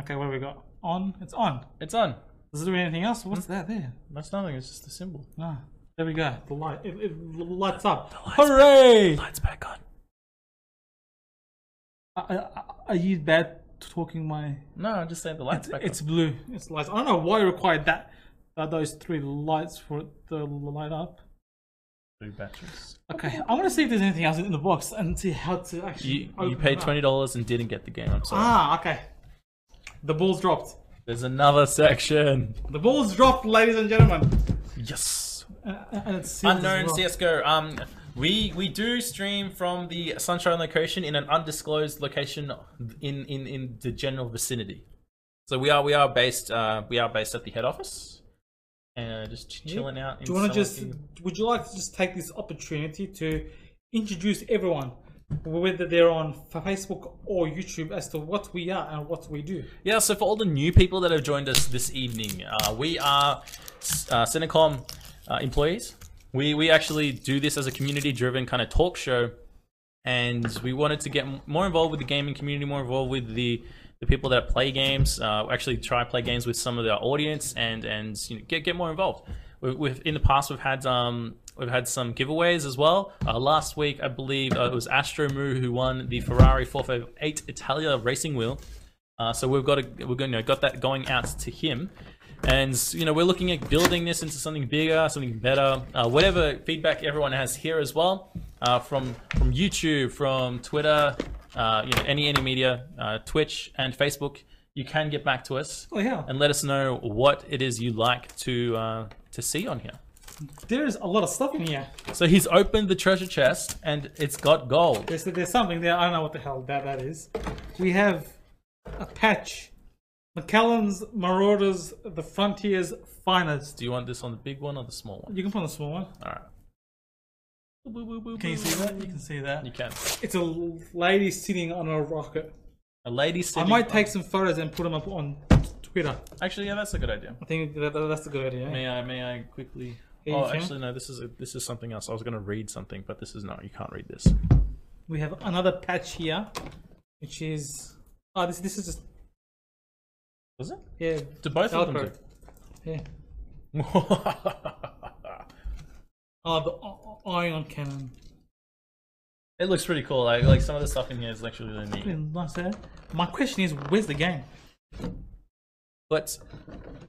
A: Okay, what do we got? On. It's on.
B: It's on.
A: Does it do anything else?
B: Mm.
A: What's that there?
B: That's nothing. It's just a symbol.
A: Ah, there we go. The light. It, it lights up. Hooray!
B: Lights back on.
A: I, I, I used bad talking my.
B: No, I'm just saying the lights back
A: It's blue. It's lights. I don't know why it required that. Uh, those three lights for it to light up.
B: on. Blue batteries.
A: Okay, I want to see if there's anything else in the box and see how to actually.
B: You you
A: open
B: paid
A: it up.
B: twenty dollars and didn't get the game. I'm sorry.
A: Ah, okay. The ball's dropped.
B: There's another section.
A: The ball's dropped, ladies and gentlemen.
B: Yes.
A: Uh, and it's sealed as
B: Unknown
A: well.
B: CS:GO. Um, we we do stream from the Sunshine location in an undisclosed location in in in the general vicinity. So we are we are based uh we are based at the head office, and uh, just ch- chilling out. In
A: Do you want to
B: some of
A: just?
B: the-
A: Would you like to just take this opportunity to introduce everyone, whether they're on Facebook or YouTube, as to what we are and what we do?
B: Yeah, so for all the new people that have joined us this evening, uh, we are uh, Cinecom uh, employees. We, we actually do this as a community driven kind of talk show, and we wanted to get m- more involved with the gaming community, more involved with the, the people that play games, uh, actually try play games with some of our audience, and, and you know, get, get more involved. We've, we've, in the past, we've had um, we've had some giveaways as well. Uh, last week, I believe uh, it was Astro Moo who won the Ferrari 458 Italia racing wheel. Uh, so we've got a, we're going you know, got that going out to him, and you know we're looking at building this into something bigger, something better. Uh, whatever feedback everyone has here as well, uh, from from YouTube, from Twitter, uh, you know any any media, uh, Twitch and Facebook, you can get back to us
A: Oh yeah,
B: and let us know what it is you like to uh, to see on here.
A: there's a lot of stuff in here.
B: So he's opened the treasure chest and it's got gold.
A: There's there's something there. I don't know what the hell that that is. We have a patch, McCallum's Marauders, the Frontier's finest.
B: Do you want this on the big one or the small one?
A: You can put on the small one.
B: All right. Boo, boo, boo,
A: Can you
B: boo.
A: see that? You can see that.
B: You can.
A: It's a lady sitting on a rocket.
B: A lady
A: I
B: sitting.
A: might
B: on-
A: take some photos and put them up on Twitter.
B: Actually, yeah, that's a good idea.
A: I think that, that- that's a good idea.
B: May I? May I quickly?
A: Yeah, you
B: oh,
A: can.
B: actually, no. This is a, this is something else. I was going to read something, but this is not. You can't read this.
A: We have another patch here, which is oh this this is just
B: Was it?
A: yeah
B: To both of
A: Velcro.
B: them.
A: yeah
B: do?
A: oh the o- o- ion cannon
B: it looks pretty cool. Like like some of the stuff in here is actually really neat.
A: Yeah, nice eh? My question is where's the game?
B: But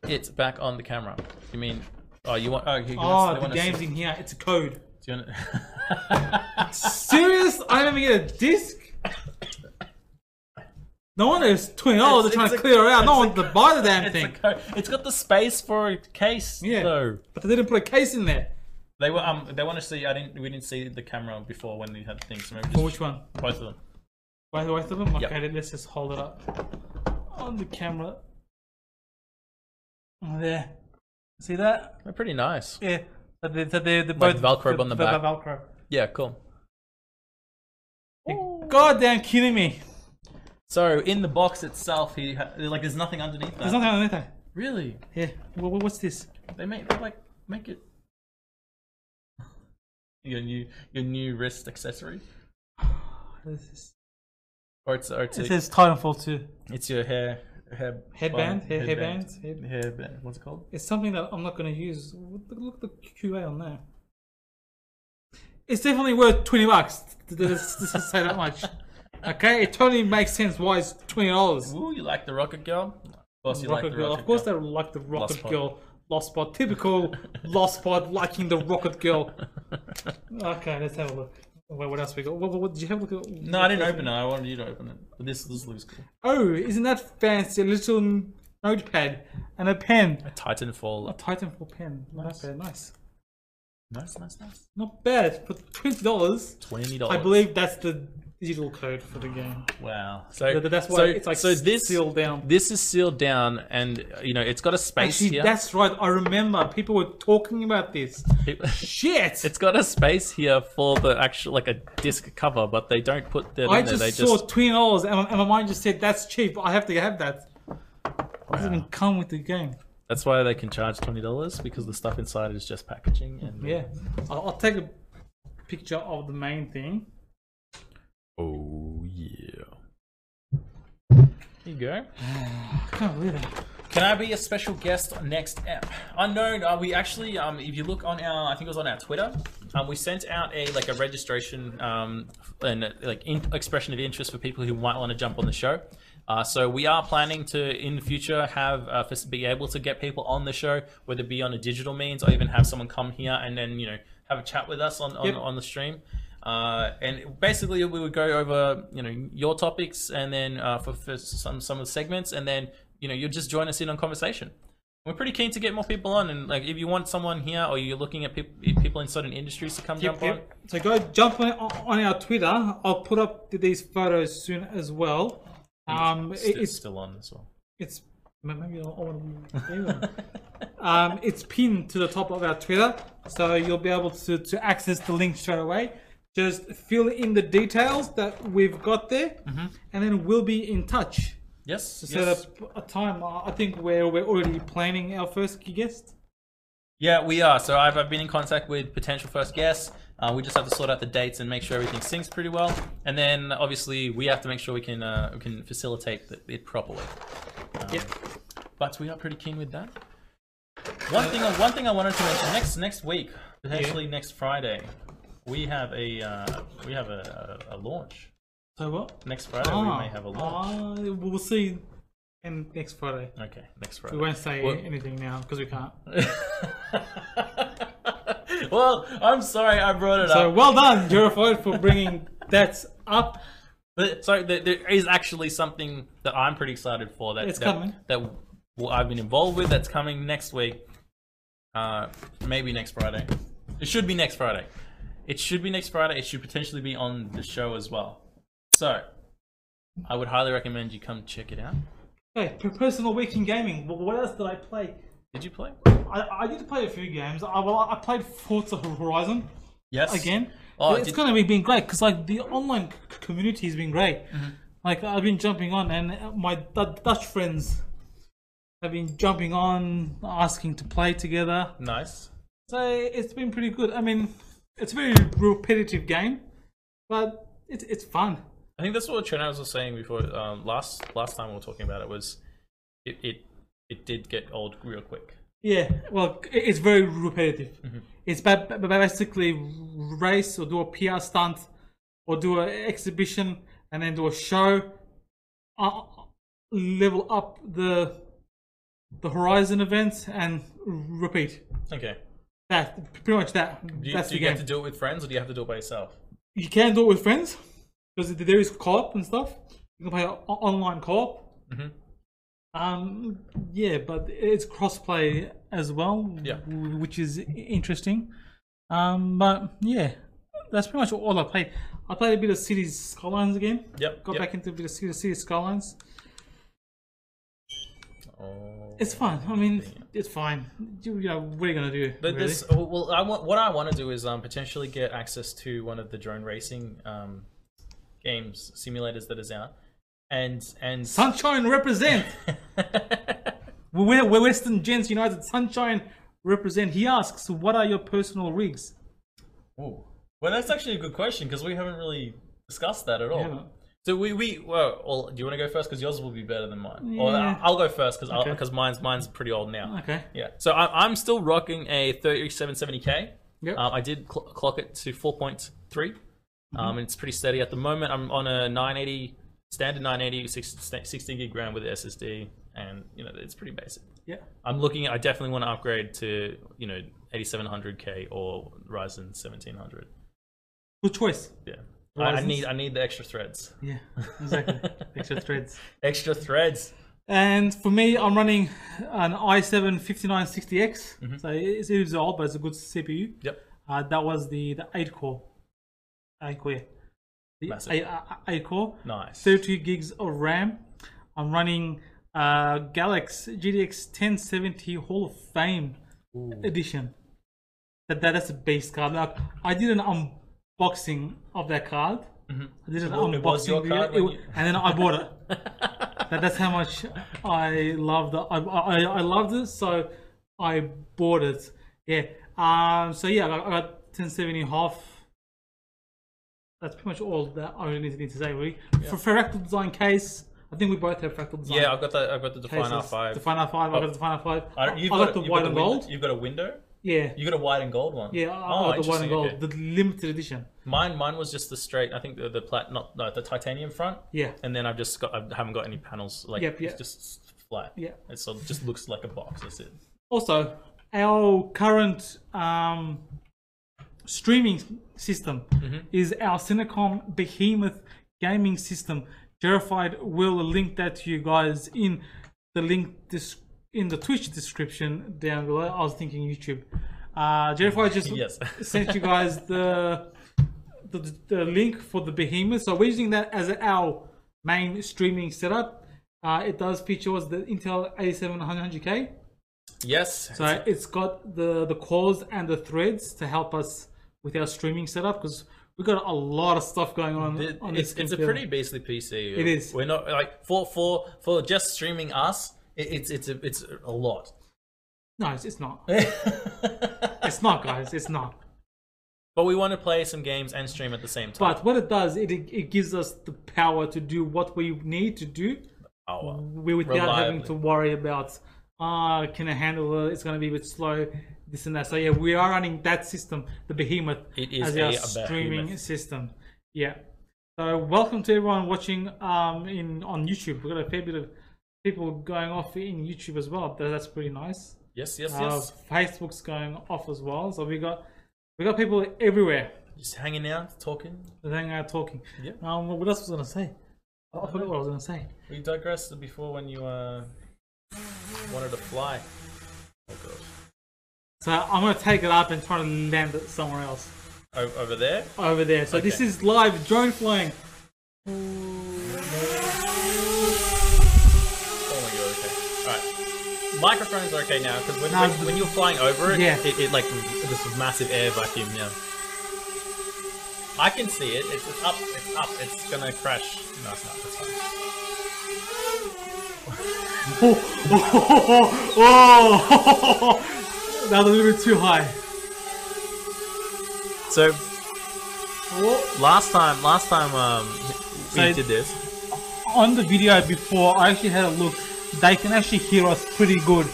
B: it's back on the camera. You mean? Oh, you want? Oh, you
A: Oh
B: want,
A: the game's in here. It's a code.
B: Do you want,
A: Serious? I never get a disc. No wonder it's twenty dollars. They're
B: It's-
A: trying
B: it's
A: to
B: a-
A: clear it out. No one to buy the damn
B: it's, a
A: thing.
B: co- it's got the space for a case
A: Yeah.
B: though.
A: But they didn't put a case in there.
B: They were um they want to see. I didn't. We didn't see the camera before when we had things. So maybe
A: For
B: just
A: which one?
B: both of them.
A: By the way, of them? Okay,
B: Yep.
A: then let's just hold it up on the camera. Oh, There. See that?
B: They're pretty nice.
A: Yeah. But they, so they, they're
B: Like
A: both
B: Velcro on the back.
A: Velcro.
B: Yeah, cool.
A: You're goddamn kidding me.
B: So in the box itself, he ha- like there's nothing underneath that.
A: There's nothing on anything.
B: really?
A: Yeah. Wha- wha- what's this?
B: They make they like make it your new your new wrist accessory,
A: This is-
B: or it's or it's,
A: It
B: a-
A: says Titanfall 2.
B: it's your hair hair
A: Headband?
B: bun-
A: Hair,
B: headband
A: headbands? Head-
B: Hairband. What's it called?
A: It's something that I'm not going to use. Look look at the QA on there. It's definitely worth 20 bucks. Let's let's just say that much. Okay? It totally makes sense why it's $20.
B: Ooh, you like the rocket girl? Of course you
A: Rocket
B: like the
A: Girl.
B: rocket
A: of course,
B: girl.
A: they like the Rocket
B: Lost Pod.
A: Girl. Lost Pod. Typical Lost Pod liking the Rocket Girl. Okay, let's have a look. Wait, what else we got? What, what, what- did you have a look at?
B: No, I didn't open it. I wanted you to open it. This this looks cool.
A: Oh, isn't that fancy? A little notepad, and a pen.
B: A Titanfall.
A: A Titanfall pen. Nice. Notepad. Nice.
B: Nice, nice, nice.
A: Not bad for twenty dollars.
B: Twenty dollars.
A: I believe that's the digital code for the game.
B: Wow. So
A: Th- that's why
B: so,
A: it's like
B: so this
A: sealed down.
B: This is sealed down, and uh, you know it's got a space
A: Actually,
B: here.
A: that's right. I remember people were talking about this.
B: It-
A: Shit.
B: It's got a space here for the actual like a disc cover, but they don't put that
A: I
B: in there.
A: just
B: They
A: saw
B: just
A: twenty dollars, and, my- and my mind just said, "That's cheap. I have to have that." It doesn't even come with the game.
B: that's why they can charge twenty dollars because the stuff inside is just packaging and
A: Yeah, I'll, I'll take a picture of the main thing.
B: Oh yeah. There you go.
A: I can't believe it.
B: Can I be a special guest on next app? Unknown. Uh, we actually, um, if you look on our, I think it was on our Twitter, um, we sent out a like a registration um, and uh, like in- expression of interest for people who might want to jump on the show. Uh, so we are planning to in the future have uh, fas- be able to get people on the show, whether it be on a digital means or even have someone come here and then you know have a chat with us on on,
A: Yep.
B: on the stream. Uh, and basically, we would go over you know your topics, and then uh, for, for some some of the segments, and then you know you'll just join us in on conversation. We're pretty keen to get more people on, and like if you want someone here, or you're looking at peop people in certain industries to come jump on.
A: So go jump on, on our Twitter. I'll put up these photos soon as well. Um,
B: St-
A: it- it's
B: still on as well.
A: it's maybe I want to. Um, it's pinned to the top of our Twitter, so you'll be able to to access the link straight away. Just fill in the details that we've got there, and then we'll be in touch
B: Yes.
A: to set
B: yes.
A: up a time. I I think we're we're already planning our first guest.
B: Yeah, we are. So I've, I've been in contact with potential first guests. Uh, we just have to sort out the dates and make sure everything syncs pretty well. And then obviously we have to make sure we can uh, we can facilitate the, it properly. Um,
A: Yep.
B: But we are pretty keen with that. One thing, I- one thing I wanted to mention next next week, potentially next Friday, we have a uh, we have a, a, a launch.
A: So what?
B: Next Friday we may have a launch.
A: Ah, we'll see. And next Friday,
B: okay,
A: Ah.
B: next
A: we
B: Friday.
A: won't say
B: Well-
A: anything now because we can't.
B: well, I'm sorry I brought it up.
A: So well done, Eurofoid, for bringing that up.
B: But so there, there is actually something that I'm pretty excited for. That
A: It's
B: that,
A: coming.
B: That w- I've been involved with. That's coming next week. Uh, maybe next Friday. It should be next Friday. It should be next Friday. It should potentially be on the show as well. So, I would highly recommend you come check it out.
A: Hey, per- personal week in gaming. Wh- What else did I play?
B: Did you play?
A: I, I did play a few games. I well, I played Forza Horizon
B: Yes.
A: again.
B: Oh,
A: it's
B: did-
A: gonna be been great because like the online c- community has been great.
B: Mm-hmm.
A: Like I've been jumping on, and uh, my D- Dutch friends have been jumping on, asking to play together.
B: Nice.
A: So it's been pretty good. I mean, it's a very repetitive game, but it's it's fun.
B: I think that's what Trenaz was saying before. Um, last last time we were talking about it was, it it, it did get old real quick.
A: Yeah, well, it- it's very repetitive.
B: Mm-hmm.
A: It's ba- ba- basically race or do a PR stunt or do an exhibition and then do a show, uh, level up the the horizon events and repeat.
B: Okay.
A: That pretty much that.
B: Do you,
A: that's
B: do you
A: the game.
B: get to do it with friends or do you have to do it by yourself?
A: you can do it with friends because there is co-op and stuff. You can play o- online co-op.
B: Mhm.
A: Um, yeah, but it's cross-play as well,
B: Yeah.
A: w- which is i- interesting. Um, but yeah, that's pretty much all I played. I played a bit of Cities Skylines again.
B: Yep.
A: Got
B: yep.
A: back into a bit of Cities Cities Skylines.
B: Oh.
A: It's fine. I mean, it's fine. You, you know, what are you gonna do?
B: But
A: really?
B: this, well, I want what I want to do is um, potentially get access to one of the drone racing um, games simulators that is out, and and
A: Sunshine represent. We're, we're Western Gents United. Sunshine represent. He asks, "What are your personal rigs?"
B: Ooh. well, that's actually a good question because we haven't really discussed that at all.
A: haven't.
B: So we we well, well, do you want to go first because yours will be better than mine, or
A: Yeah.
B: I- I'll go first because
A: Okay.
B: because mine's mine's pretty old now.
A: Okay.
B: Yeah. So I, I'm still rocking a 3770K.
A: Yep.
B: Um, I did cl- clock it to 4.3. Um, and it's pretty steady at the moment. I'm on a 980 standard 980 six- 16 gig RAM with SSD, and you know it's pretty basic.
A: Yeah.
B: I'm looking. I definitely want to upgrade to you know 8700K or Ryzen 1700.
A: Good choice.
B: Yeah. I, I
A: Ryzen's?
B: need I need the extra threads.
A: Yeah. Exactly. Extra threads.
B: Extra threads.
A: And for me, I'm running an i7 5960X. So it's, it is old, but it's a good CPU.
B: Yep.
A: Uh, that was the, the 8 core. 8 core, yeah. The
B: Massive.
A: 8, uh, 8 core.
B: Nice.
A: 32 gigs of RAM. I'm running uh, Galax GTX 1070 Hall of Fame edition. That, that that's a base card. Like I did an unboxing of that card. I did an
B: what-
A: unboxing
B: Mm-hmm. it was your
A: video,
B: card
A: it
B: when
A: wa-
B: you-
A: and then I bought it. that, that's how much I loved it. I, I I loved it, so I bought it. Yeah. Um. So yeah, I got, I got 1070 half that's pretty much all that I really need to say, really. For fractal design case, I think we both have fractal design.
B: Yeah, I've got the I've got the Define
A: cases.
B: R5.
A: The Final Five. I
B: Oh.
A: got the Final Five.
B: I
A: I,
B: don't- you've
A: I
B: got,
A: got the
B: you've
A: white and
B: window-
A: gold.
B: You've got a window.
A: Yeah,
B: You got a white and gold one. Oh,
A: yeah. I, I got the white and
B: interesting,
A: gold,
B: okay.
A: the limited edition.
B: Mine, mine was just the straight. I think the the plat, not no, the titanium front.
A: Yeah.
B: And then I've just got, I haven't got any panels. Like
A: Yep, yeah.
B: it's just flat.
A: Yeah.
B: It sort of just looks like a box. That's it.
A: Also, our current um, streaming system is our Cinecom Behemoth gaming system. Verified will link that to you guys in the link dis- in the Twitch description down below. I was thinking YouTube. Uh, Verified just
B: Yes.
A: sent you guys the, the the link for the Behemoth. So we're using that as our main streaming setup. Uh, it does feature was the Intel A7 100K.
C: Yes.
A: So it's got the the cores and the threads to help us with our streaming setup because we got a lot of stuff going on.
C: It-
A: on
C: it's
A: this
C: it's a
A: computer.
C: pretty beastly PC. It
A: is.
C: We're not like
B: For for for just streaming us, it, it's it's a, it's a lot.
A: no, it's, it's not.
B: but
A: It's not, guys. It's not.
B: we want to play some games and stream at the same time.
A: But what it does, it it gives us the power to do what we need to do
B: Oh, well.
A: we- without having
B: Reliably.
A: to worry about ah can I handle it? It's going to be a bit slow, this and that. So yeah, we are running that system, the behemoth,
B: It is
A: as
B: a
A: our
B: behemoth.
A: streaming system. Yeah. So welcome to everyone watching um in on YouTube. We've got a fair bit of people going off in YouTube as well. That, that's pretty nice.
B: yes, yes,
A: Uh,
B: yes.
A: Facebook's going off as well. So we got we got people everywhere.
B: just hanging out, talking.
A: They're hanging out talking.
B: Yeah.
A: Um, what else was I going to say? I I forgot what I was going to say.
B: We digressed before when you uh wanted to fly. Oh gosh.
A: So I'm gonna take it up and try to land it somewhere else
B: O- over there.
A: over there. So this
B: Okay.
A: is live drone flying.
B: Oh my god, okay. Alright. Microphones are okay now, because when,
A: No,
B: when, when you're flying over it,
A: Yeah.
B: it, it like this massive air vacuum, yeah. I can see it. It's, it's up, it's up, it's gonna crash. No, it's not, it's fine.
A: Oh, oh, that was a little bit too high.
B: So
A: Oh.
B: last time last time um
A: So-
B: we did this.
A: On the video before, I actually had a look. They can actually hear us pretty good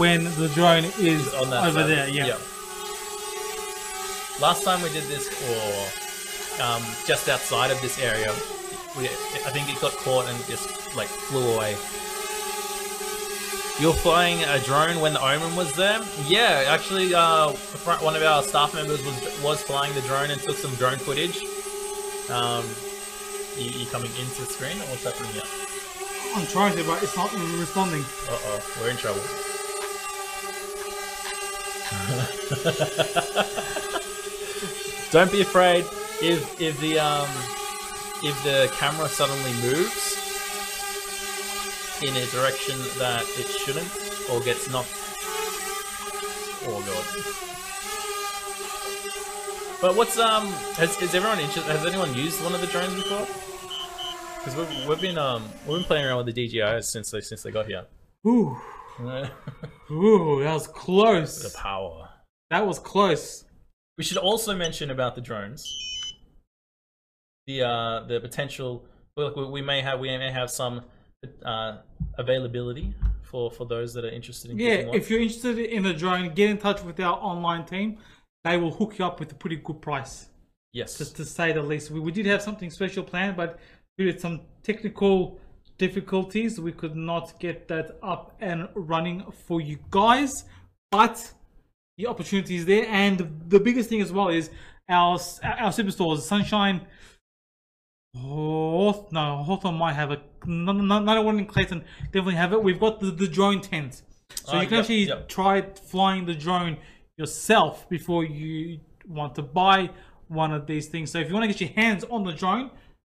A: when the drone is
B: On that
A: over
B: side.
A: there. Yeah.
B: Last time we did this for um, just outside of this area, we, I think it got caught and just like flew away. You're flying a drone when the Omen was there? Yeah, actually, uh, fr- one of our staff members was was flying the drone and took some drone footage. Um, you, you coming into the screen or what's happening here?
A: I'm trying to, but it's not responding.
B: Uh oh, we're in trouble. Don't be afraid if if the um if the camera suddenly moves in a direction that it shouldn't or gets knocked. Oh god. But what's um has is everyone interested? Has anyone used one of the drones before? Because we've, we've been um we've been playing around with the DJIs since they since they got here.
A: Ooh,
B: the
A: ooh, that was close.
B: power.
A: That was close.
B: We should also mention about the drones. The uh, the potential. Well, look, we- we may have we may have some uh, availability for for those that are interested in.
A: Yeah,
B: getting one.
A: if you're interested in a drone, get in touch with our online team. They will hook you up with a pretty good price.
B: yes,
A: to, to say the least. We, we did have something special planned, but due to some technical difficulties, we could not get that up and running for you guys. But the opportunity is there, and the biggest thing as well is our our superstores, Sunshine Hawth- no, Hawthorne might have it. No, no, no one in Clayton definitely have it. We've got the, the drone tent. So
D: Ah,
A: you can
D: yep,
A: actually
D: yep.
A: try flying the drone yourself before you want to buy one of these things. So if you want to get your hands on the drone,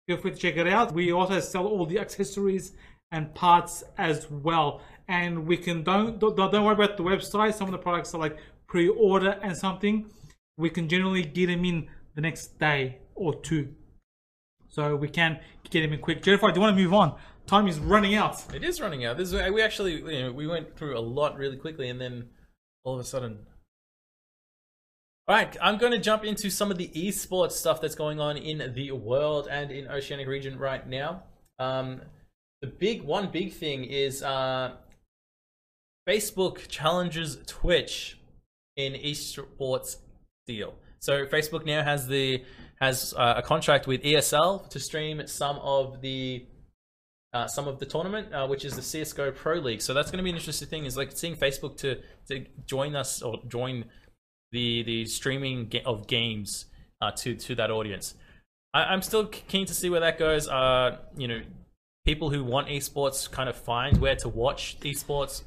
A: feel free to check it out. We also sell all the accessories and parts as well. And we can don't don't, don't worry about the website. Some of the products are like pre-order and something. We can generally get them in the next day or two so we can get him in quick. Jennifer, do you want to move on? Time is running out.
B: It is running out. This is, we actually you know, we went through a lot really quickly, and then all of a sudden. All right, I'm going to jump into some of the esports stuff that's going on in the world and in Oceanic region right now. Um, the big one, big thing is uh, Facebook challenges Twitch in esports deal. So Facebook now has the has uh, a contract with ESL to stream some of the uh, some of the tournament, uh, which is the CS:GO Pro League. So that's going to be an interesting thing. Is like seeing Facebook to to join us or join the the streaming ga- of games uh, to to that audience. I, I'm still k- keen to see where that goes. Uh, you know, people who want esports kind of find where to watch esports.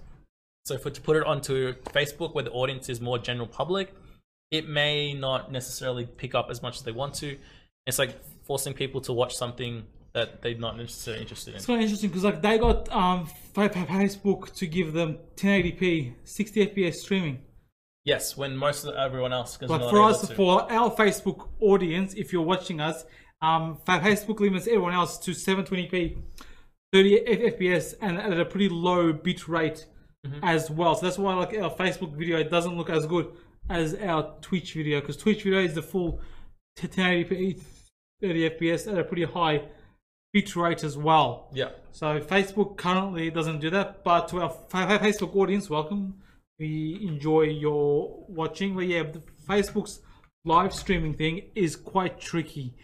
B: So for to put it onto Facebook, where the audience is more general public, it may not necessarily pick up as much as they want to. It's like forcing people to watch something that they're not necessarily interested in.
A: It's kind of interesting because like they got um Fa- Fa- Facebook to give them 1080p, 60 FPS streaming.
B: Yes, when most of everyone else is
A: But
B: not
A: for
B: able
A: us,
B: to.
A: for our Facebook audience, if you're watching us, um, Fa- Facebook limits everyone else to 720p, 30 F- FPS, and at a pretty low bit rate
B: Mm-hmm.
A: as well. So that's why like our Facebook video doesn't look as good as our Twitch video because Twitch video is the full 1080p, 30 FPS at a pretty high bit rate as well.
B: yeah,
A: So Facebook currently doesn't do that, but to our fa- fa- Facebook audience, welcome. We enjoy your watching. But yeah, the Facebook's live streaming thing is quite tricky.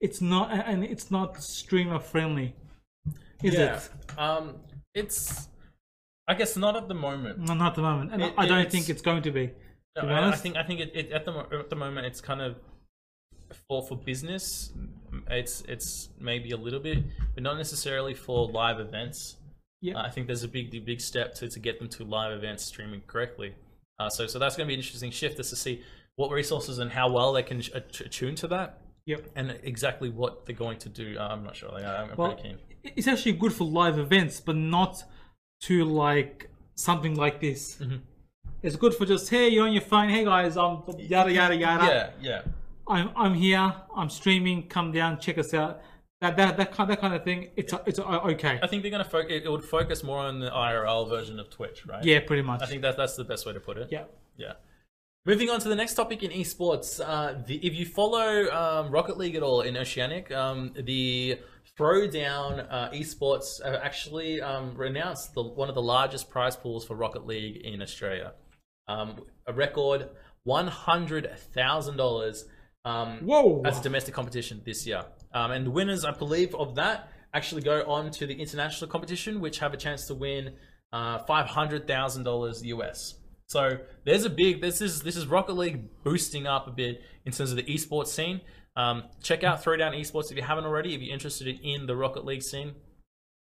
A: It's not, and it's not streamer friendly, is
B: yeah.
A: it?
B: Um, it's I guess not at the moment.
A: No, not at the moment, and
B: It-
A: I don't
B: it's-
A: think it's going to be.
D: No,
A: Mm, to be
D: I, I
A: honest.
D: think I think it, it, at the mo- at the moment it's kind of for for business. It's it's maybe a little bit, but not necessarily for live events.
A: Yeah.
D: Uh, I think there's a big big step to, to get them to live events streaming correctly. Uh, so so that's going to be an interesting shift is to see what resources and how well they can att- attune to that,
A: Yep.
D: and exactly what they're going to do. Uh, I'm not sure. Like, I'm, I'm
A: Well,
D: pretty keen.
A: it's actually good for live events, but not to like something like this. It's good for just hey, you're on your phone. Hey guys, I'm yada yada yada.
B: Yeah, yeah,
A: I'm I'm here. I'm streaming. Come down, check us out. That that that kind that kind of thing. It's it's uh, okay.
D: I think they're going to fo- it, it would focus more on the IRL version of Twitch, right?
A: Yeah, pretty much.
D: I think that that's the best way to put it.
A: yeah.
D: Yeah.
B: Moving on to the next topic in esports. Uh, the, if you follow um, Rocket League at all in Oceanic, um, the Throwdown uh, esports uh, actually um, renounced the, one of the largest prize pools for Rocket League in Australia. Um, a record $100,000 um,
A: Whoa.
B: as a domestic competition this year. Um, and the winners, I believe, of that actually go on to the international competition, which have a chance to win uh, five hundred thousand dollars US. So there's a big this is this is Rocket League boosting up a bit in terms of the esports scene. Um, check out Throwdown Esports if you haven't already. If you're interested in the Rocket League scene,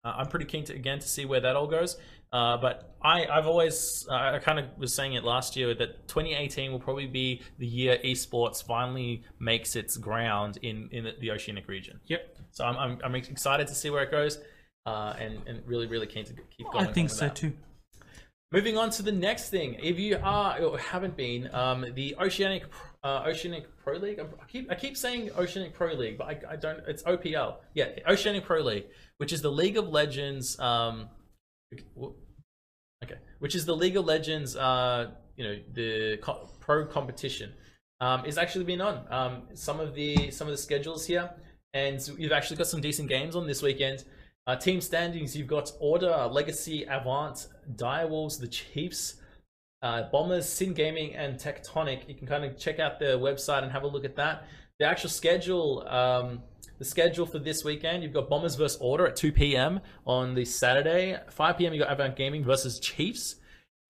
B: uh, I'm pretty keen to again to see where that all goes. Uh, but I, I've always, uh, I kind of was saying it last year that 2018 will probably be the year esports finally makes its ground in in the, the oceanic region.
A: Yep.
B: So I'm, I'm, I'm excited to see where it goes, uh, and and really really keen to keep
A: I
B: going.
A: think
B: on with
A: so
B: that.
A: too.
B: Moving on to the next thing, if you are or haven't been, um, the Oceanic uh, Oceanic Pro League. I'm- I keep I keep saying Oceanic Pro League, but I, I don't. It's OPL. Yeah, Oceanic Pro League, which is the League of Legends. Um, okay, which is the League of Legends. Uh, you know the co- pro competition um, is actually been on um, some of the some of the schedules here, and so you've actually got some decent games on this weekend. Uh, team standings: you've got Order, Legacy, Avant, Direwolves, the Chiefs, uh, Bombers, Sin Gaming, and Tectonic. You can kind of check out their website and have a look at that. The actual schedule, um, the schedule for this weekend, you've got Bombers versus Order at 2 p.m. on the Saturday. 5 p.m. you got Avant Gaming versus Chiefs.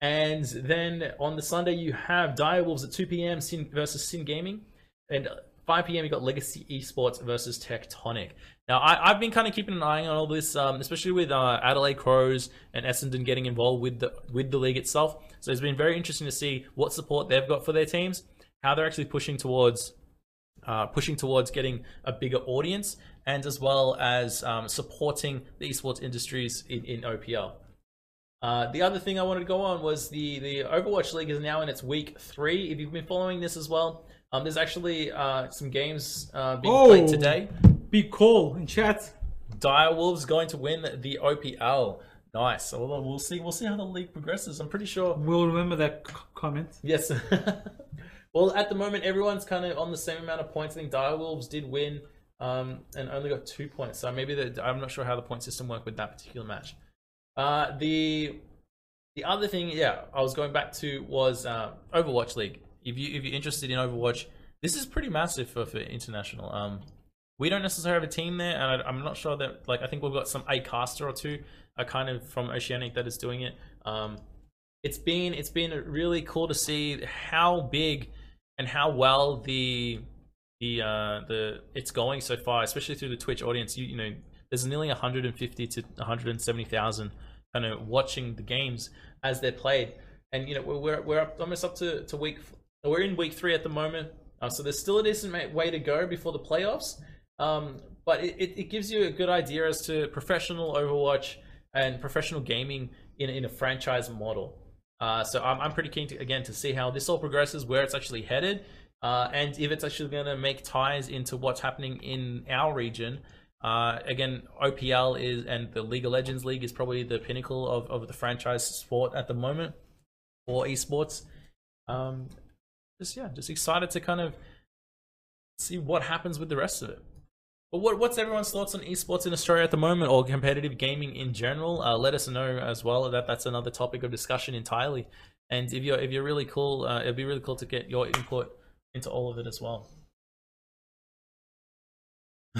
B: And then on the Sunday, you have Direwolves at 2 p.m. Sin versus Sin Gaming. And 5 p.m., you got Legacy Esports versus Tectonic. Now, I, I've been kind of keeping an eye on all this, um, especially with uh, Adelaide Crows and Essendon getting involved with the with the league itself. So it's been very interesting to see what support they've got for their teams, how they're actually pushing towards uh, pushing towards getting a bigger audience, and as well as um, supporting the esports industries in, in OPL. Uh, the other thing I wanted to go on was the the Overwatch League is now in its week three. If you've been following this as well, um, there's actually uh, some games uh, being played
A: Oh.
B: today.
A: Big call in chat.
B: Dire Wolves going to win the OPL. Nice. So we'll, we'll see. We'll see how the league progresses. I'm pretty sure.
A: We'll remember that c- comment.
B: Yes. well, at the moment, everyone's kind of on the same amount of points. I think Dire Wolves did win um, and only got two points. So maybe the, I'm not sure how the point system worked with that particular match. Uh, the the other thing, yeah, I was going back to was uh, Overwatch League. If you if you're interested in Overwatch, this is pretty massive for, for international. Um, we don't necessarily have a team there, and I, I'm not sure that like I think we've got some a caster or two, uh, kind of from Oceanic that is doing it. Um, it's been it's been really cool to see how big and how well the the uh the it's going so far, especially through the Twitch audience. You you know, there's nearly 150 to 170,000 kind of watching the games as they're played, and you know we're we're, we're up, almost up to to week we're in week three at the moment, uh, so there's still a decent ma- way to go before the playoffs. Um, but it, it, it gives you a good idea as to professional Overwatch and professional gaming in in a franchise model. Uh, so I'm, I'm pretty keen to again to see how this all progresses, where it's actually headed, uh, and if it's actually going to make ties into what's happening in our region. Uh, again, OPL is and the League of Legends League is probably the pinnacle of, of the franchise sport at the moment or esports. Um, just yeah, just excited to kind of see what happens with the rest of it. But what, what's everyone's thoughts on esports in Australia at the moment, or competitive gaming in general? Uh, let us know as well. That that's another topic of discussion entirely. And if you're if you're really cool, uh, it'd be really cool to get your input into all of it as well.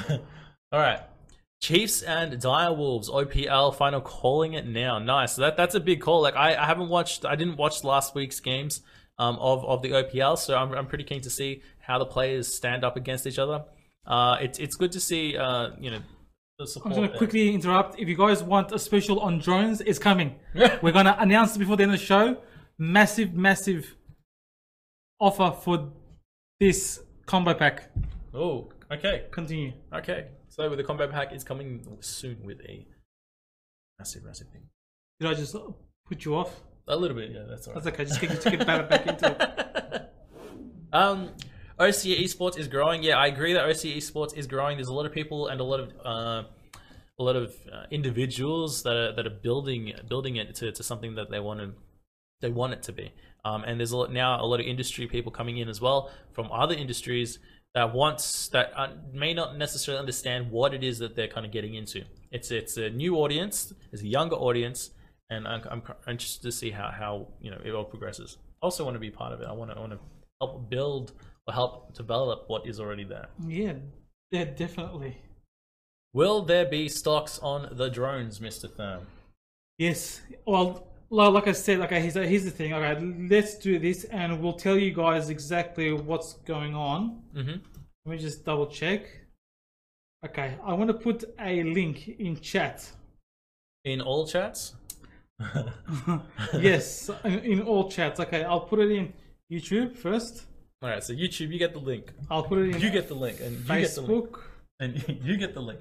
B: all right, Chiefs and Dire Wolves OPL final calling it now. Nice. So that that's a big call. Like I, I haven't watched. I didn't watch last week's games um, of of the OPL, so I'm I'm pretty keen to see how the players stand up against each other. Uh, it's it's good to see. Uh, you know, the
A: I'm
B: support.
A: just gonna
B: there.
A: quickly interrupt. If you guys want a special on drones, it's coming. We're gonna announce it before the end of the show. Massive, massive offer for this combo pack.
B: Oh, okay,
A: Continue.
B: okay. So with the combat pack is coming soon with a massive, massive thing.
A: Did I just put you off?
B: A little bit, yeah, that's all right.
A: That's okay. Just get, just get back back into it.
B: Um, OCE Esports is growing. Yeah, I agree that OCE Esports is growing. There's a lot of people and a lot of uh, a lot of uh, individuals that are that are building building it to, to something that they want to they want it to be. Um, and there's a lot now a lot of industry people coming in as well from other industries that wants that uh, may not necessarily understand what it is that they're kind of getting into. It's it's a new audience, it's a younger audience, and I'm, I'm interested to see how how you know it all progresses. I also want to be part of it. I want to I want to help build or help develop what is already there.
A: Yeah, yeah, definitely.
B: Will there be stocks on the drones, Mister Therm?
A: Yes. Well, li- like I said, okay. Here's the, here's the thing. Okay, let's do this, and we'll tell you guys exactly what's going on.
B: Mm-hmm.
A: Let me just double check. Okay, I want to put a link in chat.
B: In all chats.
A: yes, in, in all chats. Okay, I'll put it in YouTube first.
B: All right, so YouTube, you get the link.
A: I'll put it in
B: You get the link, and you get the link,
A: Facebook.
B: and you get the link.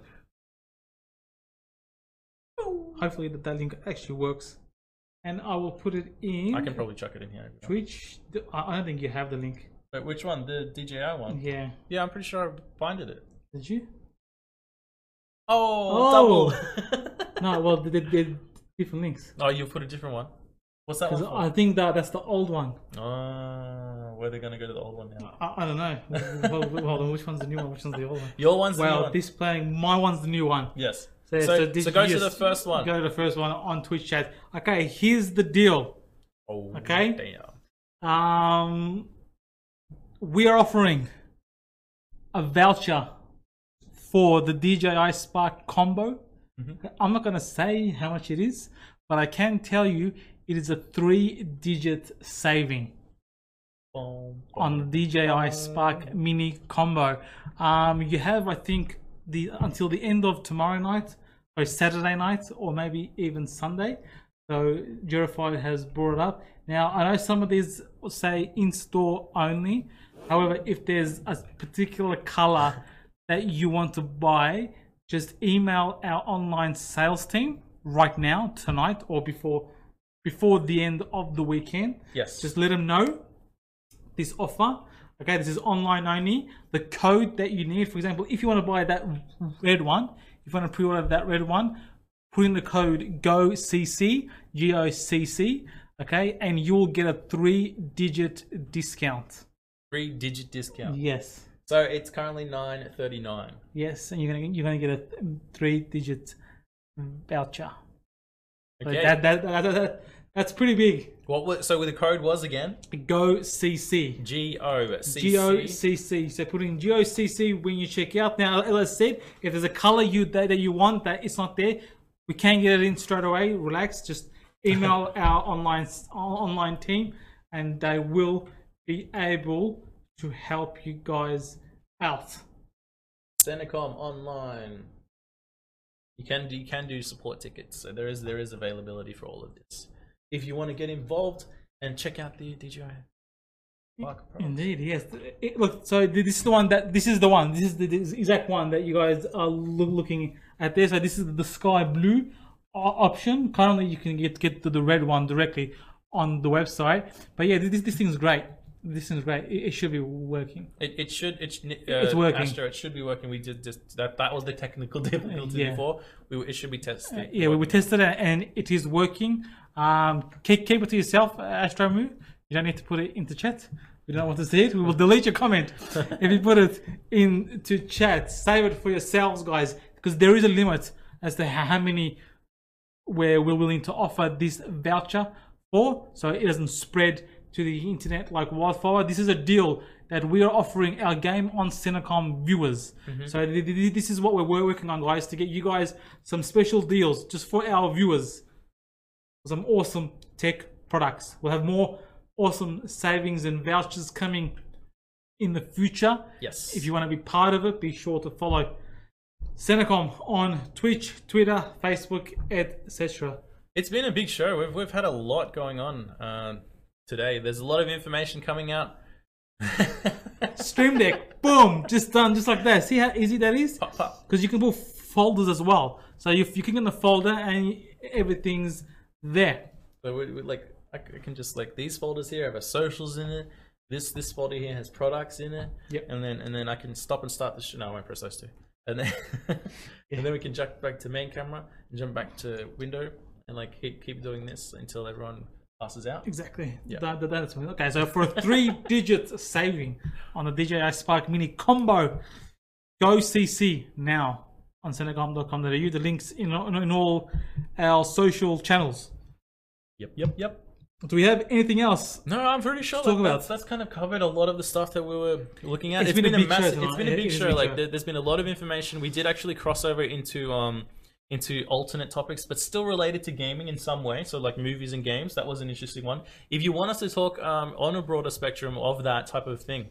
A: Hopefully that, that link actually works. And I will put it in
B: I can probably chuck it in here.
A: Twitch. The- I I don't think you have the link.
B: But which one? The DJI one?
A: Yeah.
B: Yeah, I'm pretty sure I binded it.
A: Did you?
B: Oh, double.
A: No, well, they, they- they're different links.
B: oh, you put a different one. What's that one?
A: 'Cause
B: For?
A: I think that that's the old one.
B: Oh, where they're gonna go to the old one now?
A: I, I don't know. well, well, well, then which one's the new one? Which one's the old one?
B: Your one's the new
A: Well,
B: one.
A: displaying my one's the new one.
B: Yes.
A: So, so this-
B: go to
A: yes,
B: the first one.
A: Go to the first one on Twitch chat. Okay, here's the deal.
B: Oh,
A: Okay.
B: Damn.
A: Um, we are offering a voucher for the DJI Spark combo. I'm not gonna say how much it is, but I can tell you it is a three-digit saving.
B: Boom, boom.
A: on the DJI Spark Mini combo. Um, you have, I think, the until the end of tomorrow night, or Saturday night, or maybe even Sunday. So Jurify has brought it up. Now I know some of these say in store only. However, if there's a particular color that you want to buy, just email our online sales team right now, tonight, or before before the end of the weekend.
B: Yes.
A: Just let them know this offer. Okay, this is online only. The code that you need, for example, if you want to buy that red one, if you want to pre-order that red one, put in the code GOCC, G-O-C-C, okay, and you'll get a three-digit discount.
B: Three digit discount.
A: Yes,
B: So it's currently nine thirty nine.
A: yes, and you're gonna you're gonna get a three-digit voucher. So
B: Okay.
A: that, that, that, that, that- that's pretty big.
B: what was, so the code was again?
A: GOCC.
B: G O C C.
A: GOCC. So put in GOCC when you check out. Now, as I said, if there's a color you that, that you want that it's not there, we can get it in straight away. Relax. Just email our online s- our online team, and they will be able to help you guys out.
B: Senecom online. You can you can do support tickets, so there is there is availability for all of this. If you want to get involved and check out the DJI Park Pro.
A: Indeed, yes. It- look, so th- this is the one that this is the one. This is the this exact one that you guys are loo- looking at there. So this is the sky blue o- option. Currently, you can get get to the red one directly on the website. But yeah, this this thing's great. This thing's great. It, it should be working.
B: It, it should it, sh- uh,
A: It's working.
B: Astro, it should be working. We did just that that was the technical difficulty
A: Yeah. Uh,
B: before. We were- it should be tested.
A: Yeah, we, we tested it and it is working. Um, keep, keep it to yourself, uh, Astromu. You don't need to put it into chat. We don't want to see it. We will delete your comment if you put it into chat. Save it for yourselves, guys, because there is a limit as to ho- how many where we're willing to offer this voucher for so it doesn't spread to the internet like wildfire. This is a deal that we are offering our game on Cinecom viewers. So th- th- this is what we're we're working on, guys, to get you guys some special deals just for our viewers. Some awesome tech products. We'll have more awesome savings and vouchers coming in the future.
B: Yes.
A: If you want to be part of it, be sure to follow Senecom on Twitch, Twitter, Facebook, etc.
B: It's been a big show. We've we've had a lot going on uh, today. There's a lot of information coming out.
A: Stream Deck, boom, just done, just like that. See how easy that is?
B: Pop, pop.
A: Because you can put folders as well. So if you click on the folder and everything's there.
B: So we, we, like I c- I can just like these folders here have our socials in it. This this folder here has products in it.
A: Yep.
B: And then and then I can stop and start the show. No, I won't press those two. And then and then we can jump back to main camera and jump back to window and like keep keep doing this until everyone passes out.
A: Exactly. That, that- that's what- okay. So for a three-digit saving on the DJI Spark Mini combo, go CC now on senecom.com.au. The links in, in, in all our social channels.
B: Yep. Yep. Yep.
A: Do we have anything else?
B: No, I'm pretty sure
A: talk
B: that,
A: about-
B: that's, that's kind of covered a lot of the stuff that we were looking at.
A: It's been a big show
B: massive, it's
A: tonight.
B: been a
A: It
B: big
A: is a
B: show.
A: big
B: like
A: show.
B: there, there's been a lot of information. We did actually cross over into um into alternate topics, but still related to gaming in some way. So like movies and games, that was an interesting one. If you want us to talk um, on a broader spectrum of that type of thing,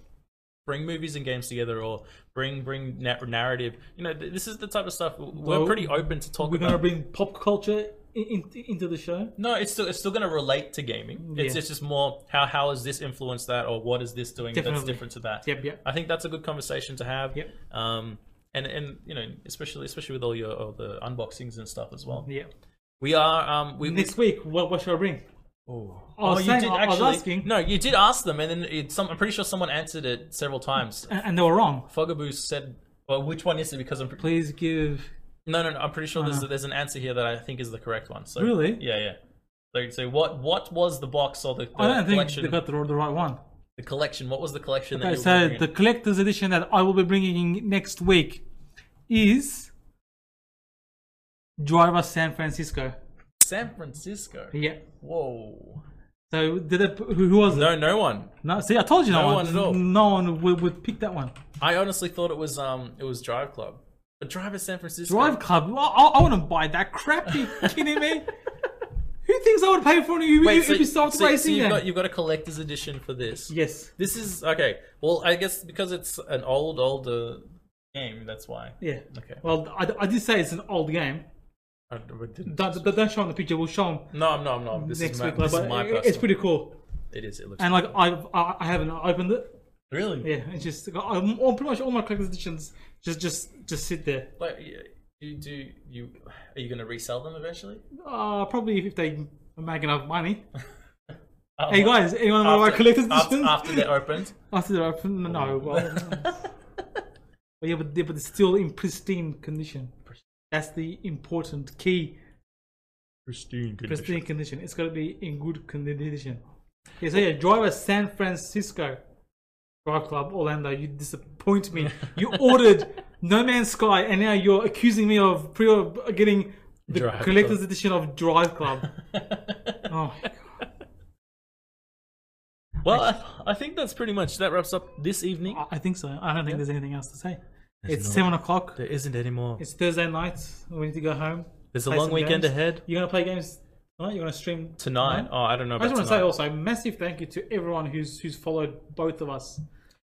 B: bring movies and games together, or bring bring na- narrative. You know, th- this is the type of stuff we're
A: Well,
B: pretty open to talk
A: We're
B: about.
A: gonna bring pop culture in, in, into the show.
B: No, it's still it's still going to relate to gaming. It's
A: Yeah.
B: it's just more how how has this influenced that, or what is this doing that's
A: Definitely.
B: different to that.
A: Yep, yep.
B: I think that's a good conversation to have.
A: Yep.
B: Um, and and you know especially especially with all your all the unboxings and stuff as well.
A: Yeah.
B: We are um we.
A: Next week, what, what shall I bring?
B: oh,
A: I was saying- I- I was asking.
B: No, you did ask them, and then it, some. I'm pretty sure someone answered it several times.
A: And, and they were wrong.
B: Fogaboo said, "Well, which one is it?" Because I'm pre-
A: Please give.
B: No, no, no. I'm pretty sure there's, there's an answer here that I think is the correct one. So
A: Uh-huh. Really?
B: Yeah, yeah. So, so what what was the box or the, the
A: I don't think
B: collection?
A: they got the, the right one.
B: The collection. What was the collection that
A: Okay,
B: you
A: so
B: were bringing?
A: the collector's edition that I will be bringing in next week is Driver San Francisco.
B: San Francisco.
A: Yeah.
B: Whoa.
A: So did it, who, who was it?
B: No, no one.
A: No, see, I told you no,
B: No
A: one.
B: one at all.
A: No one would, would pick that one.
B: I honestly thought it was um it was Drive Club. But Drive is San Francisco.
A: Drive Club. I, I, I want to buy that crap. you kidding me? Who thinks I would pay for an Ubi-
B: Wait, so,
A: Ubisoft
B: so- so
A: racing?
B: you've
A: game?
B: got you've got a collector's edition for this.
A: yes.
B: This is okay. Well, I guess because it's an old, old uh, game. That's why.
A: Yeah.
B: Okay.
A: Well, I, I did say it's an old game.
B: I didn't.
A: Don't, don't don't show him the picture. We'll show him
B: No, I'm not. I'm not. This
A: next
B: is my,
A: week.
B: this
A: Like,
B: is my
A: but it-
B: personal.
A: it's pretty cool.
E: It is. It looks.
A: And like I've, I I haven't opened it.
B: really.
A: Yeah, it's just I'm, all, pretty much all my collector's editions just just just sit there.
B: Like, yeah, you do you? Are you going to resell them eventually?
A: Uh, probably if they make enough money.
B: Oh,
A: Hey guys, anyone want my collector's
B: Uh-huh. after,
A: editions?
B: after they're opened.
A: After they're open, no, no. Well, but yeah, but, they- but it's still in pristine condition. That's the important key.
B: Pristine condition.
A: Pristine condition. It's got to be in good condition. Yeah, so yeah, driver San Francisco Drive Club Orlando. You disappoint me. You ordered No Man's Sky, and now you're accusing me of pre of getting the
B: Drive
A: collector's
B: Club.
A: edition of Drive Club. oh,
B: Well, I, I think that's pretty much that wraps up this evening.
A: I- I think so. I don't think there's anything else to say. it's seven o'clock.
B: There isn't anymore.
A: It's Thursday night. We need to go home.
B: There's a
A: play
B: long
A: some
B: weekend
A: games.
B: ahead
A: You're gonna play games tonight. You're gonna stream
B: tonight. Oh, I don't know.
A: I
B: About
A: just want to
B: tonight.
A: say also massive thank you to everyone who's who's followed both of us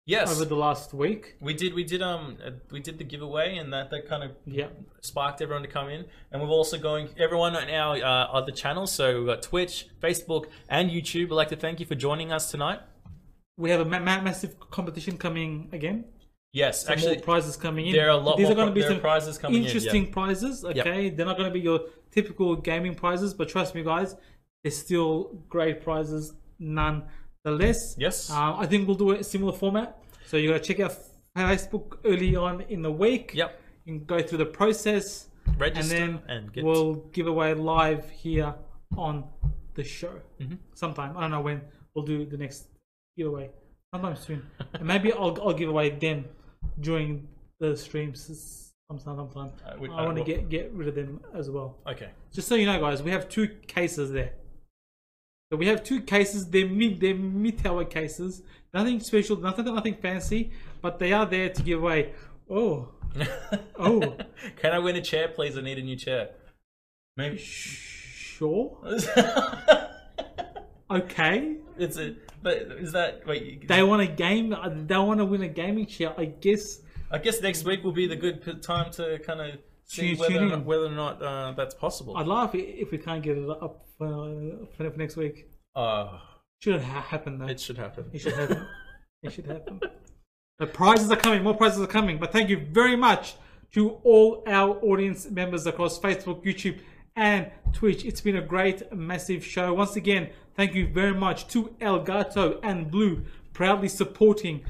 B: yes,
A: over the last week.
B: we did. We did. Um, uh, we did the giveaway, and that that kind of
A: Yeah,
B: sparked everyone to come in. And we're also going everyone on our uh, other channels. So we've got Twitch, Facebook, and YouTube. I'd like to thank you for joining us tonight.
A: we have a ma- ma- massive competition coming again.
B: Yes,
A: Some
B: actually,
A: more prizes coming in.
B: there are a lot
A: These
B: more
A: are going to
B: pri-
A: be
B: there are
A: some
B: prizes coming in, yeah.
A: interesting prizes. Okay, they're not going to be your typical gaming prizes, but trust me, guys, they're still great prizes nonetheless.
B: Yes.
A: uh, I think we'll do a similar format. So you got to check out Facebook early on in the week.
B: Yep.
A: you can go through the process.
B: register
A: and
B: and,
A: then
B: get.
A: we'll give away live here on the show
B: Mm-hmm.
A: sometime. I don't know when we'll do the next giveaway. Sometime soon, and maybe I'll I'll give away them during the streams sometime. Sometime.
B: Uh, we-
A: I want to
B: uh,
A: get get rid of them as well.
B: okay.
A: Just so you know, guys, we have two cases there. So we have two cases. They're mid they're mid tower cases. Nothing special. Nothing nothing fancy. But they are there to give away. Oh oh.
B: Can I win a chair, please? I need a new chair. Maybe.
A: Sure.
B: it's
A: Okay.
B: a. But is that wait?
A: They want a game. They want to win a gaming chair. I guess.
B: I guess next week will be the good p- time to kind of see
A: Tune-
B: whether
A: tune
B: or
A: in.
B: not, whether or not uh, that's possible.
A: I'd laugh i- if we can't get it up uh, for for next week.
B: Uh,
A: Should ha- happen though.
B: it should happen.
A: It should happen. it should happen. The prizes are coming. More prizes are coming. But thank you very much to all our audience members across Facebook, YouTube, and Twitch. It's been a great, massive show. Once again, thank you very much to Elgato and Blue proudly supporting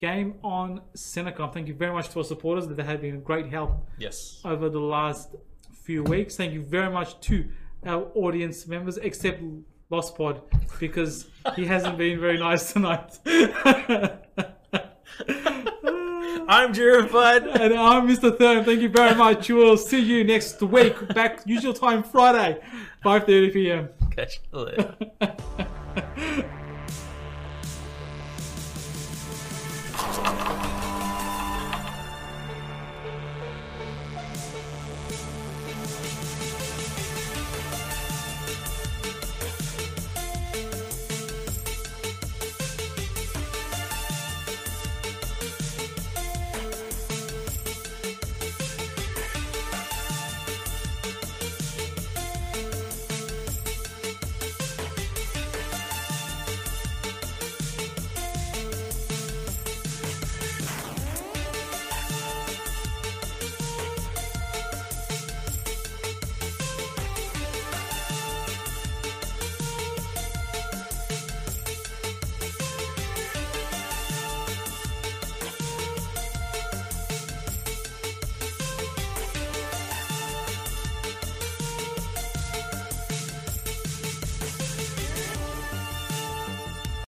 A: Game on Cinecom. Thank you very much to our supporters. They have been a great help
B: Yes.
A: over the last few weeks. Thank you very much to our audience members, except Lost Pod, because he hasn't been very nice tonight.
B: I'm Jeremiah.
A: and I'm Mr. Thurm. Thank you very much. We'll see you next week, back usual time Friday, 5:30 p.m.
B: Catch you later.